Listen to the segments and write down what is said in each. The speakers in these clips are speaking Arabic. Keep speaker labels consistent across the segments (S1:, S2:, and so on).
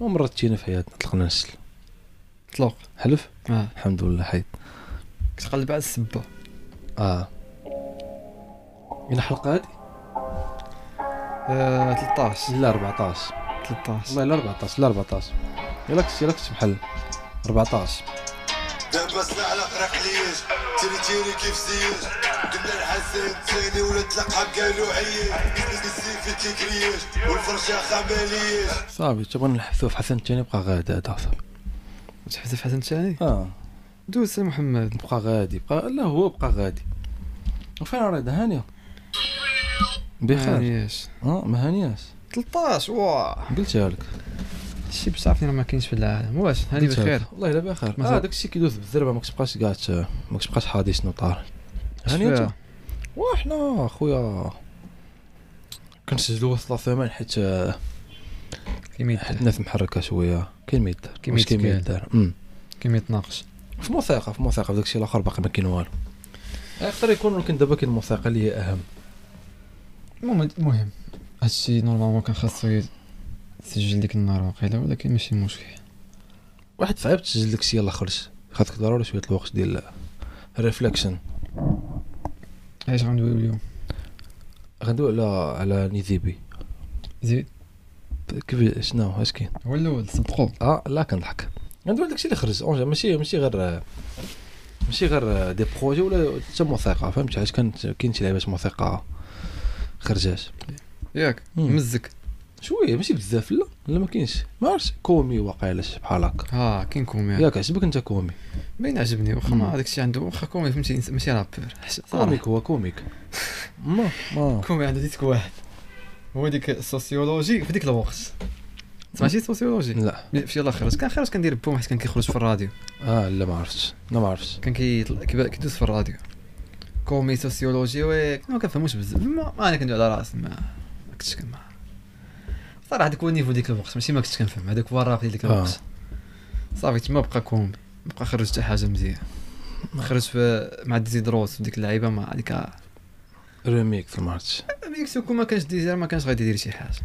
S1: ومرة تجينا في حياتنا طلقنا نسل
S2: طلق
S1: حلف
S2: اه
S1: الحمد لله حيد
S2: كتقلب على السبه
S1: اه من الحلقة هذه
S2: آه، 13
S1: لا 14
S2: 13
S1: والله لا 14 لا 14 يلا كس يلا كس بحال 14
S3: دابا سلاح الاخرق ليش تيري تيري كيف زيش قلنا الحسن تاني ولا تلقى قالوا عيش السيف كيكريش والفرشة خماليش
S1: صافي تبغى نحثو في حسن الثاني بقى غادي هذا صافي
S2: تحسب حسن الثاني
S1: اه
S2: دوز سي محمد
S1: بقى غادي بقى لا هو بقى غادي وفين راه هانية بخير
S2: مانيش
S1: اه ما هانياش
S2: 13 واه
S1: قلتها لك
S2: هادشي باش عرفتني راه ما كاينش في العالم واش هاني
S1: قلتها لك.
S2: بخير
S1: والله الا بخير
S2: مازال-
S1: اه داك الشيء كيدوز بالزربه ماكش تبقاش كاع ت- ماكش تبقاش حادي شنو طار هاني
S2: شفا.
S1: انت وحنا خويا كنسجلوا وسط لا سيمين حيت آه،
S2: كيما
S1: حيت
S2: يت-
S1: الناس محركه شويه كاين ما يدار
S2: كاين ما
S1: واش كاين ما
S2: يتقال.
S1: يدار أمم.
S2: كيما يتناقش
S1: في موسيقى في موسيقى في داك الشيء الاخر باقي ما كاين والو آه، يقدر يكون ولكن دابا كاين الموسيقى اللي هي اهم
S2: المهم المهم هادشي نورمالمون كان خاصو يسجل ديك النهار واقيلا ولكن ماشي مشكل
S1: واحد صعيب تسجل داك الشيء الاخر خاطك ضروري شويه الوقت ديال ريفليكشن
S2: علاش غندويو اليوم
S1: غندوي على على نيزيبي
S2: زيد
S1: كيف شنو اش كاين
S2: هو الاول صدقو
S1: اه لا كنضحك ندوي داكشي اللي خرج اونجا ماشي ماشي غير ماشي غير دي بروجي ولا حتى موسيقى فهمت علاش كانت كاين شي لعيبات موسيقى خرجات
S2: ياك
S1: مم.
S2: مزك
S1: شويه ماشي بزاف لا لا ما كاينش ما عرفتش كومي واقيلا شي بحال هكا
S2: ها كاين كومي
S1: ياك عجبك انت كومي
S2: باين عجبني واخا
S1: مم.
S2: ما داكشي عنده واخا كومي فهمتي إنس- ماشي رابور حش-
S1: كوميك
S2: صراحة.
S1: هو كوميك ما ما
S2: كومي عنده ديك واحد هو ديك السوسيولوجي في ديك الوقت سمعتي السوسيولوجي
S1: لا
S2: في يلاه خرج كان خرج كندير بوم حيت كان كيخرج في الراديو
S1: اه لا ما عرفتش لا ما عرفتش
S2: كان كيطل- كيبا- كيدوز في الراديو كومي سوسيولوجي ويك ما كنفهموش بزاف ما ما انا كندوي على راسي ما ما كنتش كنما صراحه هذاك هو النيفو ديك الوقت ماشي ما كنتش كنفهم هذاك هو الراب ديك
S1: آه.
S2: الوقت صافي تما بقى كومي بقى خرج حتى حاجه مزيان خرج في مع ديزيدروس في ديك اللعيبه مع ديك
S1: ريميك ما عرفتش
S2: ديك سوكو ما كانش ديزير ما كانش غادي يدير شي حاجه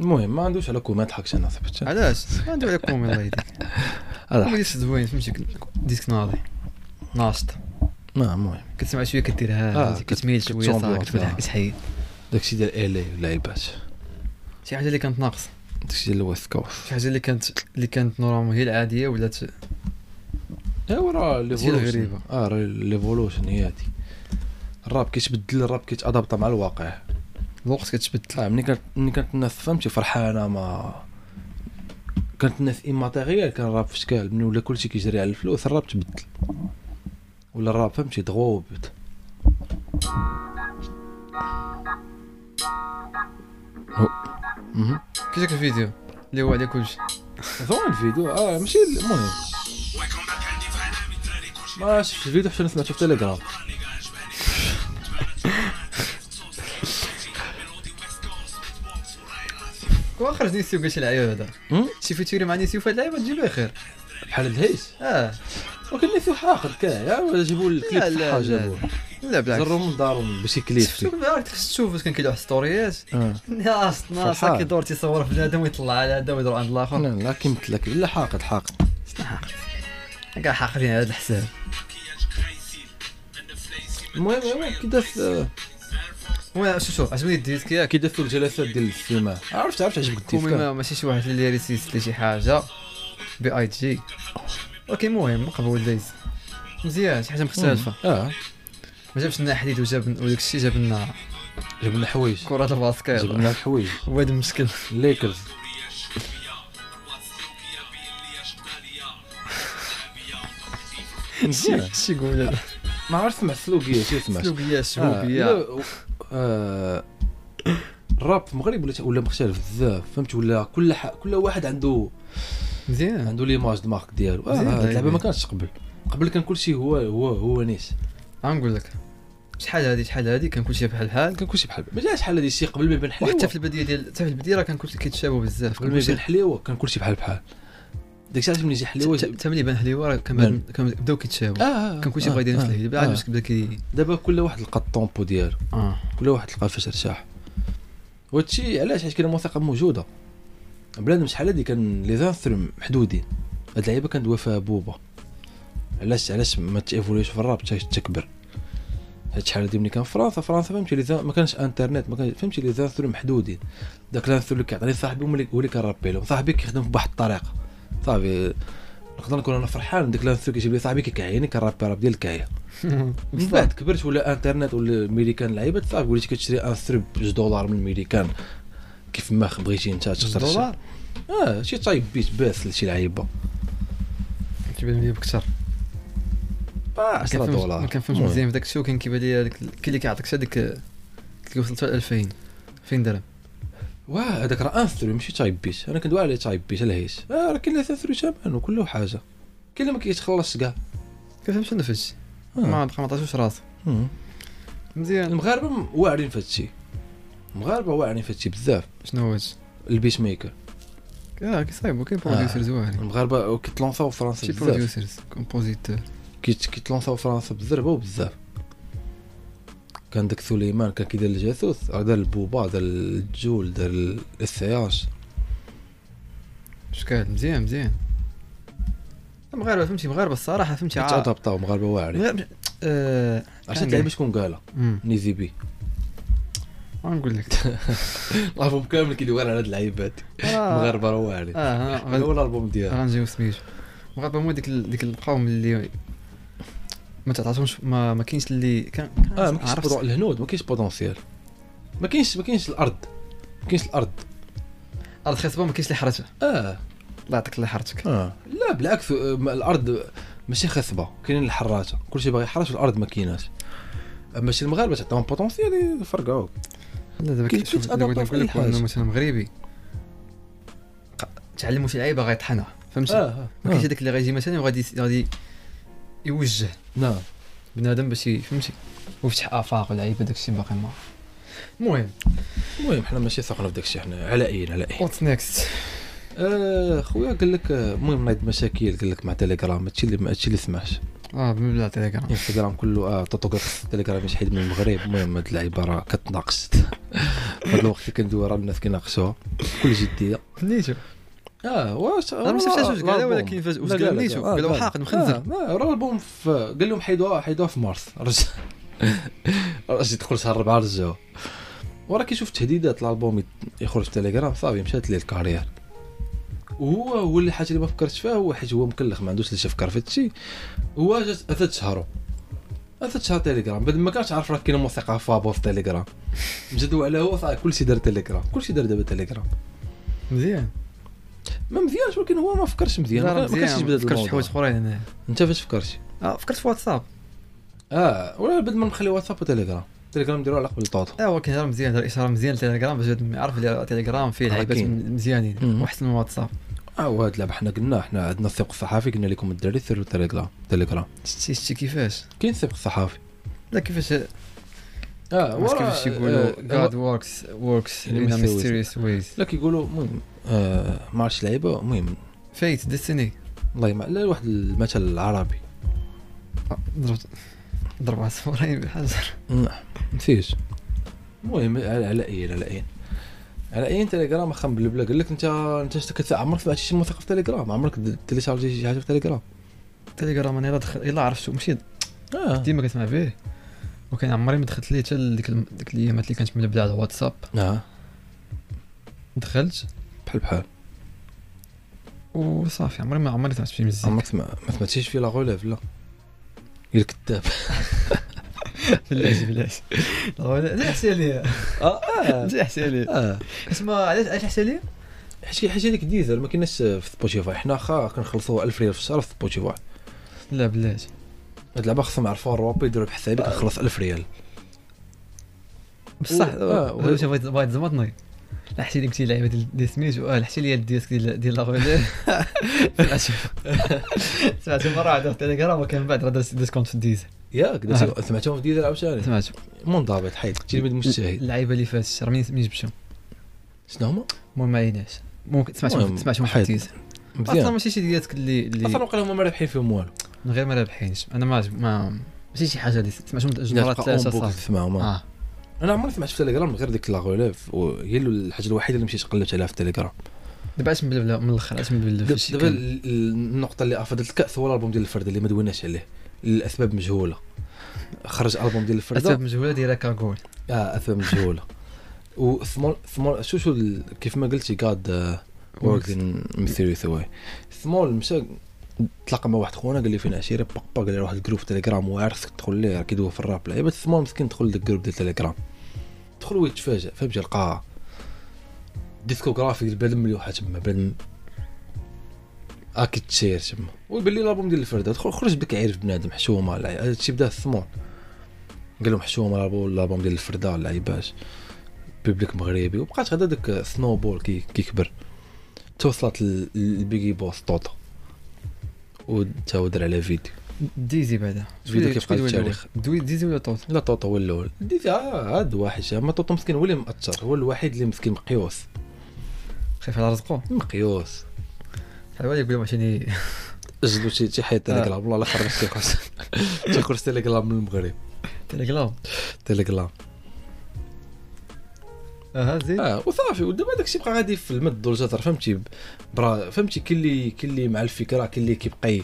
S1: المهم ما عندوش على كومي ما تضحكش انا صاحبتي
S2: علاش ما عنده على كومي الله يديك
S1: لا
S2: كومي زوين فهمتي ديسك ناضي ناشط
S1: المهم
S2: كتسمع شويه كديرها
S1: آه،
S2: فهمتي،
S1: كت-
S2: كتميل شويه
S1: كتسومبلو
S2: صافي كتبدا
S1: فيها.
S2: كتحيد
S1: داكشي ديال الي لعيبات
S2: شي حاجه اللي كانت ناقصه
S1: داكشي ديال الويست كوست
S2: شي حاجه اللي كانت اللي كانت نورمال هي العاديه ولات
S1: ايوا راه
S2: الغريبة.
S1: ليفولوشن اه راه ليفولوشن هي هادي الراب كيتبدل الراب كيتادابط مع الواقع
S2: الوقت كتبدل
S1: اه ملي كانت ملي كانت الناس فهمتي فرحانه ما كانت الناس ايماتيريال كان الراب في شكال ملي ولا كلشي كيجري على الفلوس الراب تبدل ولا الراب فهمتي ضغوبت مهم.
S2: كي جاك الفيديو اللي هو عليه كلشي
S1: زوين الفيديو اه ماشي المهم ما شفت الفيديو حتى سمعته في تيليجرام
S2: واخر نيسيو قال شي لعيب هذا
S1: هم؟
S2: شي فيتوري مع نيسيو فهاد اللعيبه تجيب لها خير
S1: بحال الهيس
S2: اه
S1: وكان اللي فيه حاقد كاع ولا جابوا الكليب
S2: لا، لا،
S1: صحا
S2: لا.
S1: جابوه
S2: لا بالعكس
S1: زروا من دارهم باش كليب
S2: شفتو
S1: فيه
S2: بالعكس خصك تشوف فاش كان كيلوح ستوريات
S1: آه.
S2: ناس ناس
S1: فرحان.
S2: كيدور تيصور في هذا ويطلع على هذا ويدور
S1: لا
S2: عند الاخر
S1: لا كيمثل لك الا حاقد حاقد
S2: شنو حاقد كاع حاقدين على هذا الحساب
S1: المهم المهم كي داز آه،
S2: المهم شوف شوف عجبني الديسك ياك
S1: كي دازتو الجلسات ديال الاستماع عرفت عرفت عجبك الديسك
S2: كومي ما ماشي شي واحد اللي ريسيست لي شي حاجه بي اي جي ولكن المهم مقبول دايز مزيان شي حاجه مختلفه
S1: اه
S2: ما جابش لنا حديد وجاب وداك الشيء جاب لنا
S1: جبنا حوايج
S2: كرة الباسكيت
S1: جبنا الحوايج
S2: هو هذا المشكل
S1: ليكرز مزيان.
S2: شي يقول هذا
S1: ما عرفت سمع سلوكيه شي سمعت
S2: سلوبيا
S1: آه،
S2: سلوبيا
S1: لا، آه، الراب في المغرب ولا ولا مختلف بزاف فهمت ولا كل ح... كل واحد عنده
S2: مزيان
S1: عنده ليماج دماغ ديالو اه
S2: مزيان،
S1: هاد اللعبه ما
S2: مزيان.
S1: كانتش قبل قبل كان كلشي هو هو هو نيس
S2: غنقول لك شحال هادي شحال هادي كان كلشي بحال بحال
S1: كان كلشي بحال ما جاش بحال هذا الشيء قبل ما يبان حليوه
S2: وحتى في البدايه ديال حتى في البدايه راه كان كلشي كيتشابه بزاف
S1: قبل ما يبان حليوه كان كلشي بحال بحال ديك الساعه ملي يجي حليوه اه
S2: تم اللي بان حليوه راه كان
S1: بان.
S2: بان- كان بداو كيتشابوا
S1: آه،
S2: كان كلشي
S1: آه،
S2: بغا يدير نفس
S1: آه،
S2: الهيدي
S1: آه.
S2: بعد باش كبدا كي
S1: دابا كل واحد لقى الطومبو ديالو
S2: اه
S1: كل واحد لقى فاش ارتاح وهادشي علاش حيت كاين الموسيقى موجوده بلادهم شحال هادي كان لي زانسترم محدودين هاد اللعيبه كندوي فيها بوبا علاش علاش ما تيفوليش في الراب حتى تكبر هاد شحال هادي ملي كان في فرنسا فرنسا فهمتي لي زان- ما كانش انترنت ما كانش فهمتي لي زانسترم محدودين داك الانسترم اللي كيعطيني صاحبي هو اللي- هو اللي كنربي لهم صاحبي كيخدم بواحد الطريقه صافي نقدر نكون انا فرحان داك الانسترم كيجيب لي صاحبي كيكعيني كنربي راب ديال الكايه من بعد كبرت ولا انترنت ولا الميريكان لعيبه صافي وليتي كتشري ان ستريب ب 2 دولار من الميريكان كيف ما خ- بغيتي انت تختار شي.
S2: دولار
S1: اه شي طايب بيت باس لشي لعيبه
S2: كيبان لي بكثر آه،
S1: 10
S2: كنفهمش-
S1: دولار
S2: ما كنفهمش
S1: المهم.
S2: مزيان في داك الشيء وكان كيبان لي هذاك ال- كاين اللي كيعطيك هذيك اللي وصلت 2000 2000 درهم
S1: واه هذاك راه انثرو ماشي تايب بيت انا كندوي عليه تايب بيت الهيش اه راه كاين انثرو تماما وكل حاجه كاين اللي ما كيتخلصش كاع
S2: كنفهمش انا في هادشي
S1: آه.
S2: ما بقى ما عطاتوش راسو
S1: مم.
S2: مزيان
S1: المغاربه م- واعرين في هادشي المغاربه واعرين في هادشي بزاف
S2: شنو هو هادشي
S1: البيت ميكر
S2: اه كيصايبو كاين بروديوسرز واعرين
S1: المغاربه كيتلونساو في فرنسا
S2: يعني؟ شي
S1: بزاف
S2: بروديوسرز كومبوزيتور
S1: كيت- كيتلونساو في فرنسا بالزربه وبزاف كان داك سليمان كان كيدير الجاسوس راه دار البوبا دار الجول دار الاستياج
S2: شكال مزيان مزيان المغاربه فهمتي مغاربه الصراحه فهمتي عا-
S1: تادابطاو مغاربه واعرين
S2: مغاربة- آه،
S1: عرفتي
S2: كان-
S1: اللعيبه شكون قالها
S2: أمم،
S1: نيزيبي
S2: غنقول لك
S1: الالبوم كامل كيدوي غير على هاد اللعيبات
S2: آه.
S1: المغاربه راه واعرين
S2: اه
S1: هذا
S2: غن-
S1: هو الالبوم ديالها
S2: غنجيو سميتو المغاربه هما ديك ال- ديك القوم اللي ما تعطاتهمش ما, ما كاينش اللي كان كان
S1: اه ما كاينش
S2: عرفت.
S1: بوتون- الهنود ما كاينش بوتونسيال ما كاينش ما كاينش الارض ما كاينش الارض
S2: ارض خصبه ما كاينش اللي حرتها
S1: اه
S2: الله يعطيك الله حرتك
S1: اه لا بالعكس آه، ما- الارض ماشي خصبه كاينين الحراته كلشي باغي يحرش الارض ما كايناش اما شي المغاربه تعطيهم بوتونسيال يفرقعوك
S2: لا دابا
S1: كي-
S2: كتشوف
S1: كيتأدبطوا
S2: دابا
S1: في
S2: نقول
S1: أي
S2: لك وانا
S1: حاجة.
S2: مثلا مغربي ق- تعلموا شي لعيبه غيطحنها فهمتي
S1: اه
S2: ما كاينش هذاك اللي غيجي مثلا وغادي غادي يوجه
S1: نعم
S2: بنادم باش ي- فهمتي ويفتح افاق ولعيبه داكشي باقي ما المهم
S1: المهم حنا ماشي ساقنا في داكشي حنا علائيين علائيين
S2: واتس نيكست
S1: آه خويا قال لك آه، المهم نايض مشاكل قال لك مع تيليجرام هادشي اللي هادشي اللي سمعش
S2: اه بالله تيليجرام
S1: انستغرام كله اه طوطو تيليجرام يشحد من المغرب المهم هاد اللعيبه راه كتناقش هاد الوقت اللي كندوي راه الناس كيناقشوها بكل جديه
S2: نيتو
S1: اه واش
S2: انا ما شفتهاش واش قالها ولكن فاش واش قال نيتو
S1: آه،
S2: قال هو حاقد مخنزر
S1: راه آه، البوم في- قال لهم حيدوها حيدوها في مارس رجع رجع دخل شهر ربعه رجعوها وراه كيشوف تهديدات الالبوم يت- يخرج في تيليجرام صافي مشات ليه الكارير وهو هو اللي حاجه اللي ما فكرتش فيها هو حيت هو مكلخ ما عندوش اللي يفكر في هادشي هو جات اثت شهرو اثت شهر تيليجرام بعد ما كانش عارف راه كاينه موسيقى فابور في تيليجرام جدو على هو صافي كلشي دار تيليجرام كلشي دار دابا تيليجرام
S2: مزيان
S1: ما مزيانش ولكن هو ما فكرش مزيان
S2: لا،
S1: يعني ما
S2: راه
S1: ما كانش
S2: مزيان
S1: يبدا هاد
S2: فكرت في
S1: الموضوع
S2: حوايج اخرين انا
S1: انت فاش فكرتي
S2: آه، فكرت في واتساب
S1: اه ولا بدل ما نخلي واتساب وتليجرام تليجرام نديرو على قبل طوطو
S2: اه ولكن راه مزيان دار اشاره مزيان لتيليجرام باش هاد- يعرف اللي تيليجرام فيه لعيبات
S1: أكيد.
S2: م- مزيانين
S1: مم.
S2: واحسن من واتساب
S1: اه وهاد اللعبه حنا قلنا حنا عندنا السبق الصحافي قلنا لكم الدراري سيروا تليجرام تليجرام
S2: شتي شتي كيفاش
S1: كاين السبق الصحافي
S2: لا كيفاش
S1: اه
S2: عرفت
S1: ورا-
S2: كيفاش
S1: آه،
S2: يقولوا جاد وركس وركس
S1: يعني
S2: ان
S1: mysterious.
S2: ميستيريوس ويز
S1: لا كيقولوا المهم آه ما عرفتش لعيبه المهم
S2: فيت ديستني
S1: الله يما لا واحد المثل العربي
S2: ضربت ضرب عصفورين بالحجر
S1: نسيت المهم على على اين على اين على اين تليجرام اخا بلا قال لك انت انت شت- كت- عمرك سمعتي شي موسيقى في تليجرام عمرك د- تيليشارجي شي حاجه في تليجرام
S2: تيليجرام انا الا دخل الا عرفتو ماشي
S1: اه
S2: ديما كنسمع فيه وكان عمري ما دخلت ليه حتى لديك الم- ديك الايامات اللي كانت ملبده على واتساب
S1: اه
S2: دخلت
S1: بحال بحال
S2: وصافي عمري ما عمري سمعت شي مزيان
S1: عمرك ما ما سمعتيش في لا غوليف لا يا الكذاب
S2: بلاش بلاش لا حسي عليا
S1: اه
S2: لا حسي عليا
S1: اه
S2: اسمع علاش علاش حسي عليا
S1: حيت حيت هذيك ديزل ما كايناش في سبوتيفاي حنا خا كنخلصوا 1000 ريال في الشهر في سبوتيفاي
S2: لا بلاش
S1: هاد اللعبه خصهم يعرفوها الروابي يديروا بحث عليك كنخلص 1000 ريال
S2: بصح
S1: و- آه، و-
S2: واش بغيت بغيت زمطني لا حسي لي كنتي لعيبه ديال ديال سميتو اه لا حسي لي الديسك ديال ديال لاغولي سمعت مره واحده في تيليجرام وكان بعد راه دازت ديسكونت في الديزل
S1: ياك درتي- سمعتهم في ديزل عاوتاني
S2: سمعتو
S1: منضبط حيت تلميذ مجتهد
S2: اللعيبه اللي فاتت الشهر منين منين جبتهم
S1: شنو هما
S2: المهم ما عليناش ممكن
S1: المهم،
S2: سمعتهم سمعتهم في
S1: حيد.
S2: الديزل اصلا
S1: مزيان
S2: ماشي شي ديالك اللي
S1: اصلا
S2: اللي
S1: وقيلا هما ما رابحين فيهم والو
S2: من غير ما رابحينش انا ما ما ماشي شي حاجه اللي سمعتهم جوج
S1: لا،
S2: مرات
S1: تبقى
S2: ثلاثه
S1: أون بوك
S2: صافي
S1: تسمعهم آه.
S2: اه
S1: انا عمري سمعت في تيليجرام غير ديك لا غوليف وهي الحاجه الوحيده اللي مشيت قلبت عليها في تيليجرام
S2: دابا اش مبلبل من الاخر اش مبلبل في
S1: دابا
S2: شي
S1: دابا
S2: كلمة.
S1: ال- النقطة اللي افضلت الكأس هو الالبوم ديال الفرد اللي ما دويناش عليه لاسباب مجهولة خرج البوم ديال الفرد
S2: اسباب مجهوله دايره كاغول
S1: اه اسباب مجهولة وثمول ثمول شو شو ال- كيف ما قلتي آه، قاد ورك ان ميثيريوس اواي ثمول مشى تلاقى مع واحد خونا قال لي فين عشيري باق باق قال لي روح الجروب تيليجرام واعر خصك تدخل ليه راه كيدوي في الراب لعيبه ثمول مسكين دخل لذاك الجروب ديال تيليجرام دخل هو يتفاجئ فهم جا لقى ديسكوغرافي ديال بنادم مليوحه تما بنادم اكيد تشير تما ويبان لي الالبوم ديال الفرده دخل خرج بدك عارف بنادم حشومه لعيبة. هادشي بدا ثمول قال لهم حشومه الالبوم الالبوم ديال الفرده لعيباش بيبليك مغربي وبقات هذا داك سنوبول كي كيكبر توصلت ل- للبيجي بوس طوطا وتا هو دار على فيديو
S2: ديزي بعدا
S1: فيديو كيف قال التاريخ.
S2: دوي ديزي ولا طوط
S1: لا طوطا هو الاول ديتي آه، هاد واحد ما طوطا مسكين هو اللي مأثر هو الوحيد اللي مسكين مقيوس
S2: خايف على رزقه
S1: مقيوس
S2: بحال واحد يقول لهم عشان
S1: جلو شي شي حيط تيليجرام والله لا خرج شي كورس شي كورس تيليجرام من المغرب
S2: تيليجرام
S1: تيليجرام
S2: اها زيد
S1: اه وصافي ودابا داكشي بقى غادي في المد والجزر فهمتي برا فهمتي كاين اللي كاين اللي مع الفكره كاين اللي كيبقى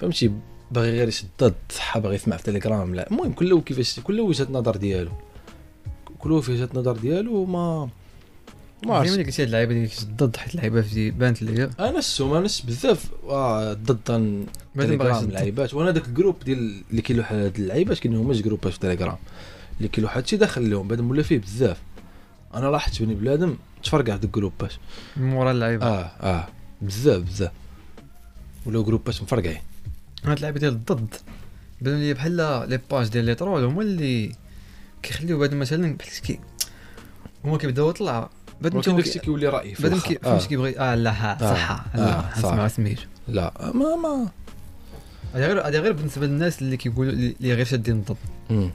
S1: فهمتي باغي غير يشد ضد صحه باغي يسمع في تيليجرام لا المهم كله كيفاش كله وجهه النظر ديالو كله في وجهه النظر ديالو وما ما عرفتش
S2: ملي قلتي هاد اللعيبه اللي ضد حيت اللعيبه في بانت اللي
S1: انا السوم انا بزاف آه، ضد عن
S2: بعدين باغي
S1: تيليجرام
S2: يشد ضد.
S1: اللعيبات وانا داك الجروب ديال اللي كيلوح هاد اللعيبات كاين هما جروبات في تيليجرام اللي كيلوح هادشي داخل لهم بنادم ولا فيه بزاف انا لاحظت بني بنادم تفرقع في داك الجروبات
S2: من ورا اللعيبه
S1: اه اه بزاف بزاف ولو جروبات مفرقعين
S2: هاد اللعيبه ديال الضد بانوا لي بحال لي باج ديال لي ترول هما اللي كيخليو بعد مثلا بحال كي هما كيبداو يطلع بعد
S1: ولكن داكشي
S2: متى
S1: كيولي راي في
S2: بعد
S1: الآخر.
S2: كي
S1: آه.
S2: فهمت كيبغي اه لا ها
S1: آه،
S2: صح
S1: آه،
S2: لا
S1: صح.
S2: نسمع سميتو
S1: لا ما ما
S2: هذا غير هذا غير بالنسبه للناس اللي كيقولوا اللي غير شادين الضد
S1: مم.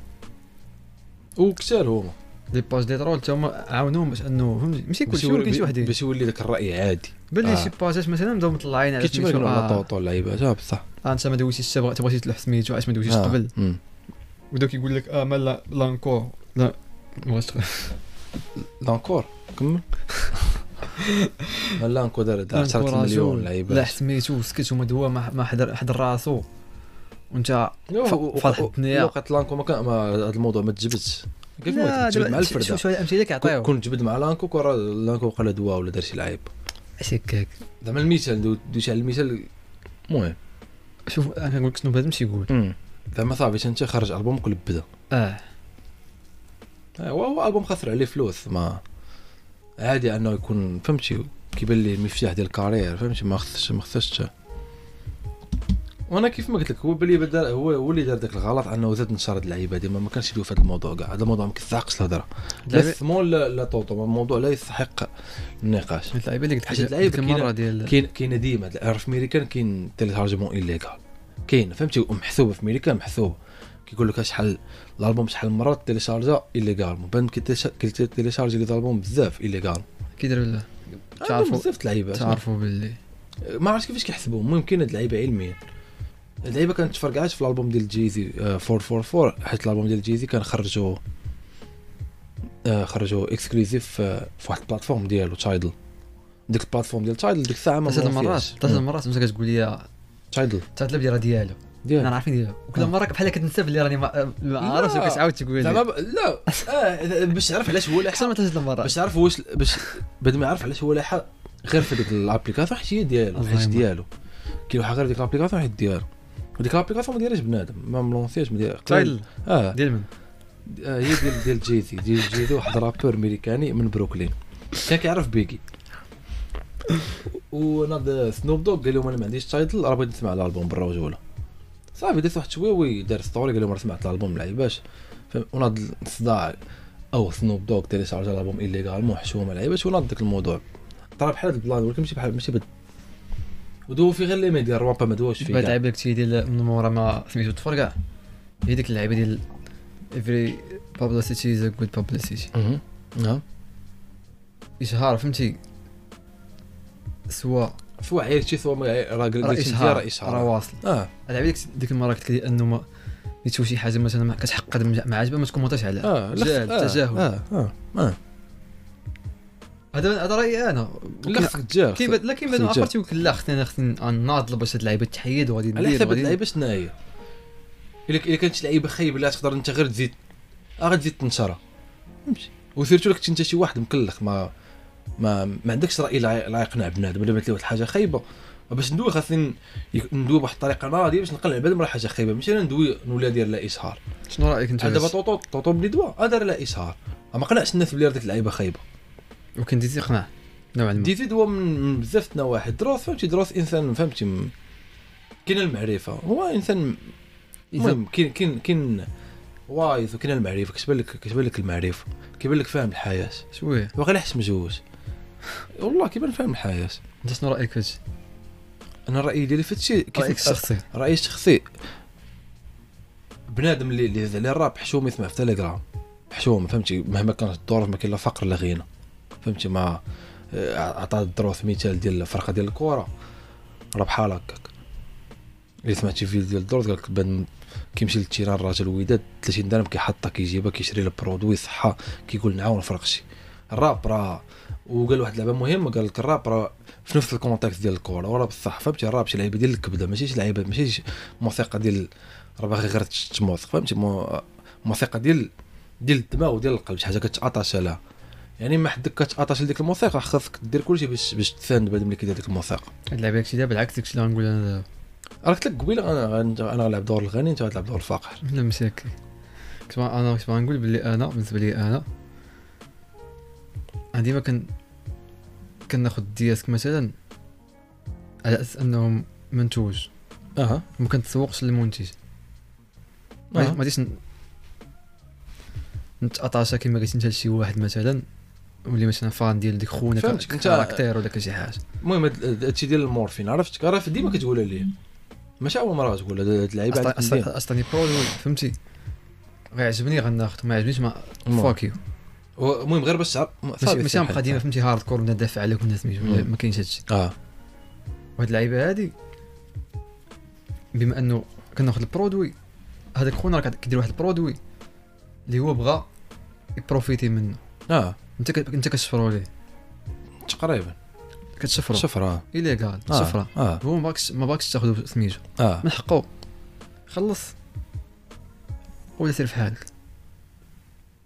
S1: وكثار هما
S2: لي باج ديال ترول تا هما عاونوهم باش انه فهمتي ماشي كلشي ولكن شي واحد
S1: باش يولي داك الراي عادي
S2: بان لي
S1: آه.
S2: شي باجات مثلا بداو مطلعين على
S1: كيتشوف
S2: سميتو
S1: يقولوا على
S2: آه،
S1: طوطو اللعيبات اه بصح
S2: اه انت ما دويتيش تبغى تبغي تلوح سميتو علاش ما دويتيش
S1: آه.
S2: قبل
S1: مم.
S2: وداو كيقول لك اه ما لا لانكور لا مبغاش تقول.
S1: لانكور كمل لا لانكور دار دار 10
S2: لانكور
S1: مليون
S2: رجل. لا
S1: لعيبات
S2: سميتو سكت وما دوا ما ما حضر حضر راسو وانت
S1: لا،
S2: ف-
S1: و- و-
S2: فرح
S1: و-
S2: الدنيا.
S1: وقت لانكور ما كان ما هذا الموضوع ما تجبدش كيف
S2: لا،
S1: ما تجبد
S2: دابا
S1: مع
S2: شوف- شوف
S1: الفرده
S2: شوف الامثله كيعطيو
S1: كون تجبد مع لانكور راه لانكور قال دوا ولا دار شي لعيب
S2: اش هكاك
S1: زعما المثال دو- دوش على المثال المهم
S2: شوف انا كنقول لك شنو بنادم تيقول
S1: زعما صافي انت خرج البوم قلب بدا
S2: اه
S1: هو هو البوم خسر عليه فلوس ما عادي انه يكون فهمتي كيبان ليه المفتاح ديال الكارير فهمتي ما خصش ما خصش تا. وانا كيف ما قلت لك هو بلي بدا هو هو اللي دار داك الغلط انه زاد نشر هاد اللعيبه هادي ما ما كانش يدوي في هذا الموضوع كاع هذا الموضوع ما كيستحقش الهضره لا
S2: اللعيبة-
S1: ثمون لا لا طوطو الموضوع لا يستحق النقاش
S2: من اللعيبه اللي قلت لك
S1: حاجة
S2: ديك
S1: اللعيبة كاينة-
S2: المره ديال
S1: كاين كاين ديما تلقى في ميريكان كاين تيليتارجمون ايليغال كاين فهمتي ومحسوبه في ميريكان محسوبه كيقول لك شحال الالبوم شحال من مره تيليشارجا ايليغال بان كيتيليشارجي لي الالبوم بزاف ايليغال
S2: كيديروا لا
S1: تعرفوا
S2: تعرفوا-
S1: بزاف د اللعيبه
S2: تعرفوا باللي
S1: ما عرفتش كيفاش كيحسبوا المهم كاين هاد اللعيبه علميا هاد اللعيبه كانت تفرقعات في الالبوم ديال جيزي آه، 444 حيت الالبوم ديال جيزي كان خرجوا آه، خرجوا اكسكلوزيف آه، في واحد البلاتفورم ديالو تايدل ديك البلاتفورم ديال تايدل ديك الساعه ما
S2: ثلاث المرات
S1: مرات
S2: ثلاث المرات انت كتقول لي
S1: تايدل
S2: تاع اللي راه ديالو انا
S1: ديال
S2: عارفين ديالو وكل مره بحال كتنسى باللي راني ما آه، ما
S1: لا.
S2: عارفش وكتعاود تقول
S1: آه. إيه. زعما
S2: لي
S1: ب... لا آه باش تعرف علاش هو لاحق
S2: احسن من ثلاث المرات
S1: باش تعرف واش باش بعد ما يعرف علاش هو لاحق غير في ديك الابليكاسيون حيت هي ديالو
S2: الله
S1: حيت
S2: يما.
S1: ديالو كيلوحق غير ديك الابليكاسيون حيت ديالو وديك الابليكاسيون ما دايرهاش بنادم ما ملونسياش ما دايرها-
S2: تايل
S1: اه
S2: ديال من
S1: آه، هي ديال ديال جيزي ديال جيزي واحد رابور امريكاني من بروكلين كان كيعرف بيكي وناض سنوب دوغ قال لهم انا ما عنديش تايتل راه بغيت نسمع الالبوم بالرجوله صافي درت واحد شويه وي دار ستوري قال لهم راه سمعت الالبوم لعيباش فهم- وناض الصداع او سنوب دوغ تيليشارج الالبوم ايليغالمون حشومه لعيباش وناض داك الموضوع طرا بحال هاد البلان ولكن ماشي بحال ماشي بد ودوو فيه غير لي ميديا الروابا ما دواوش فيه
S2: بعد
S1: كاع.
S2: اللعيبه اللي قلتي ديال من مورا ما سميتو تفرقع هي ديك اللعيبه ديال every publicity is a good publicity
S1: مهم. نعم
S2: اشهار فهمتي سوا
S1: سوا عير شي سوا ما عير- راه
S2: راه
S1: قلت شي
S2: اشهار
S1: راه
S2: راه
S1: اشهار
S2: واصل
S1: اه
S2: اللعيبه ديك ديك المره قلت لك ديال انه ما ملي تشوف شي حاجه مثلا ما كتحقد
S1: آه،
S2: ما عاجبها ما تكومونتاش عليها
S1: اه لا
S2: جهل
S1: آه،
S2: تجاهل
S1: اه اه, آه.
S2: هذا هذا رايي انا
S1: لا خصك تجاه
S2: كيف
S1: خصك-
S2: لا كيف
S1: خصك
S2: انا
S1: تجاه.
S2: افرت يقول لا اختي انا اختي ناضل باش هاد اللعيبه تحيد وغادي ندير
S1: على حساب
S2: وغادي-
S1: اللعيبه شنو هي الا الا كانت شي لعيبه خايبه لا تقدر انت غير تزيد آه غتزيد تنشرها فهمتي وسيرتو لك انت شي واحد مكلخ ما ما ما عندكش راي لا لا يقنع بنادم الا بانت ليه واحد الحاجه خايبه باش ندوي خاصني يك- ندوي بواحد الطريقه ناضيه باش نقنع بنادم راه حاجه خايبه ماشي انا ندوي نولي ديال لا اشهار
S2: شنو رايك انت
S1: بحال دابا
S2: عز؟
S1: طوطو طوطو بلي دوا دار لا اشهار ما قنعش الناس بلي راه ديك اللعيبه خايبه
S2: وكان ديتي اقناع نوعا ما
S1: ديتي دوا من من بزاف النواحي دروس فهمتي دروس انسان فهمتي م- كاين المعرفه هو انسان المهم كاين كاين كاين وايز وكاين المعرفه كتبان لك كتبان لك المعرفه كيبان لك فاهم الحياه
S2: شويه
S1: باغي حس مجوز والله كيبان فاهم الحياه
S2: انت شنو رايك في هادشي
S1: انا الراي ديالي في هادشي كيف-
S2: رايك الشخصي
S1: رايي الشخصي بنادم اللي اللي اللي الراب حشوم يسمع في تيليجرام حشوم فهمتي مهما كانت الظروف ما كاين لا فقر لا غنى فهمتي ما آه، عطى الدروس مثال ديال الفرقه ديال الكره راه بحال هكاك اللي سمعتي في ديال الدروس قالك بان كيمشي للتيران الراجل وداد 30 درهم كيحطها كيجيبها كيشري البرودوي صحه كيقول نعاون فرق شي الراب راه وقال واحد اللعبه مهمه قال لك الراب راه في نفس الكونتكست ديال الكره وراه بصح فهمتي الراب شي لعيبه ديال الكبده ماشي شي لعيبه ماشي شي موسيقى ديال راه باغي غير تموسيق فهمتي مو- موسيقى ديال ديال الدماغ وديال القلب شي حاجه كتعطش لها يعني ما حدك كتعطش لديك الموسيقى خاصك دير كلشي باش باش تساند بعد ملي كيدير ديك الموسيقى
S2: هاد اللعيبه هادشي دابا بالعكس داكشي اللي غنقول انا دابا
S1: أنا قلت لك قبيله انا غن- انا غنلعب دور الغني انت غتلعب دور الفقير
S2: لا ماشي هكا كنت بغا- انا كنت بغا نقول بلي انا بالنسبه لي انا انا ديما كن كناخد دياسك مثلا على اساس انه منتوج
S1: اها
S2: ما كنتسوقش للمنتج ما
S1: آه.
S2: ما غاديش ن- نتأطاشا كيما قلت انت لشي واحد مثلا ولي مثلا فان ديال ديك خونا
S1: فهمتك، انت-
S2: كاركتير ولا كشي حاجه
S1: المهم هاد- هاد- هادشي ديال المورفين عرفتك عرفت ديما كتقولها ليا ماشي اول مره تقولها هاد اللعيبه
S2: أسط-
S1: عندك
S2: أسط-
S1: مزيان.
S2: اسطاني برول فهمتي غيعجبني غناخد ما يعجبنيش ما
S1: المهم. آه.
S2: فاك يو
S1: و- المهم غير باش تعرف
S2: ماشي
S1: صافي
S2: ماشي
S1: صحيح.
S2: غنبقى ديما فهمتي هارد كور ولا دافع عليك ولا سميتو ما-
S1: مم.
S2: ما كاينش هادشي
S1: اه
S2: وهاد اللعيبه هادي بما انه كناخد البرودوي هذاك خونا راه كد- كيدير واحد البرودوي اللي هو بغا يبروفيتي منه
S1: اه
S2: انت ك... انت كتشفرو ليه
S1: تقريبا
S2: كتشفرو
S1: شفرة
S2: ايليغال
S1: آه.
S2: شفره
S1: اه
S2: هو ما باغش ما باغش تاخذ سميتو
S1: اه
S2: من حقه خلص ولا سير في حالك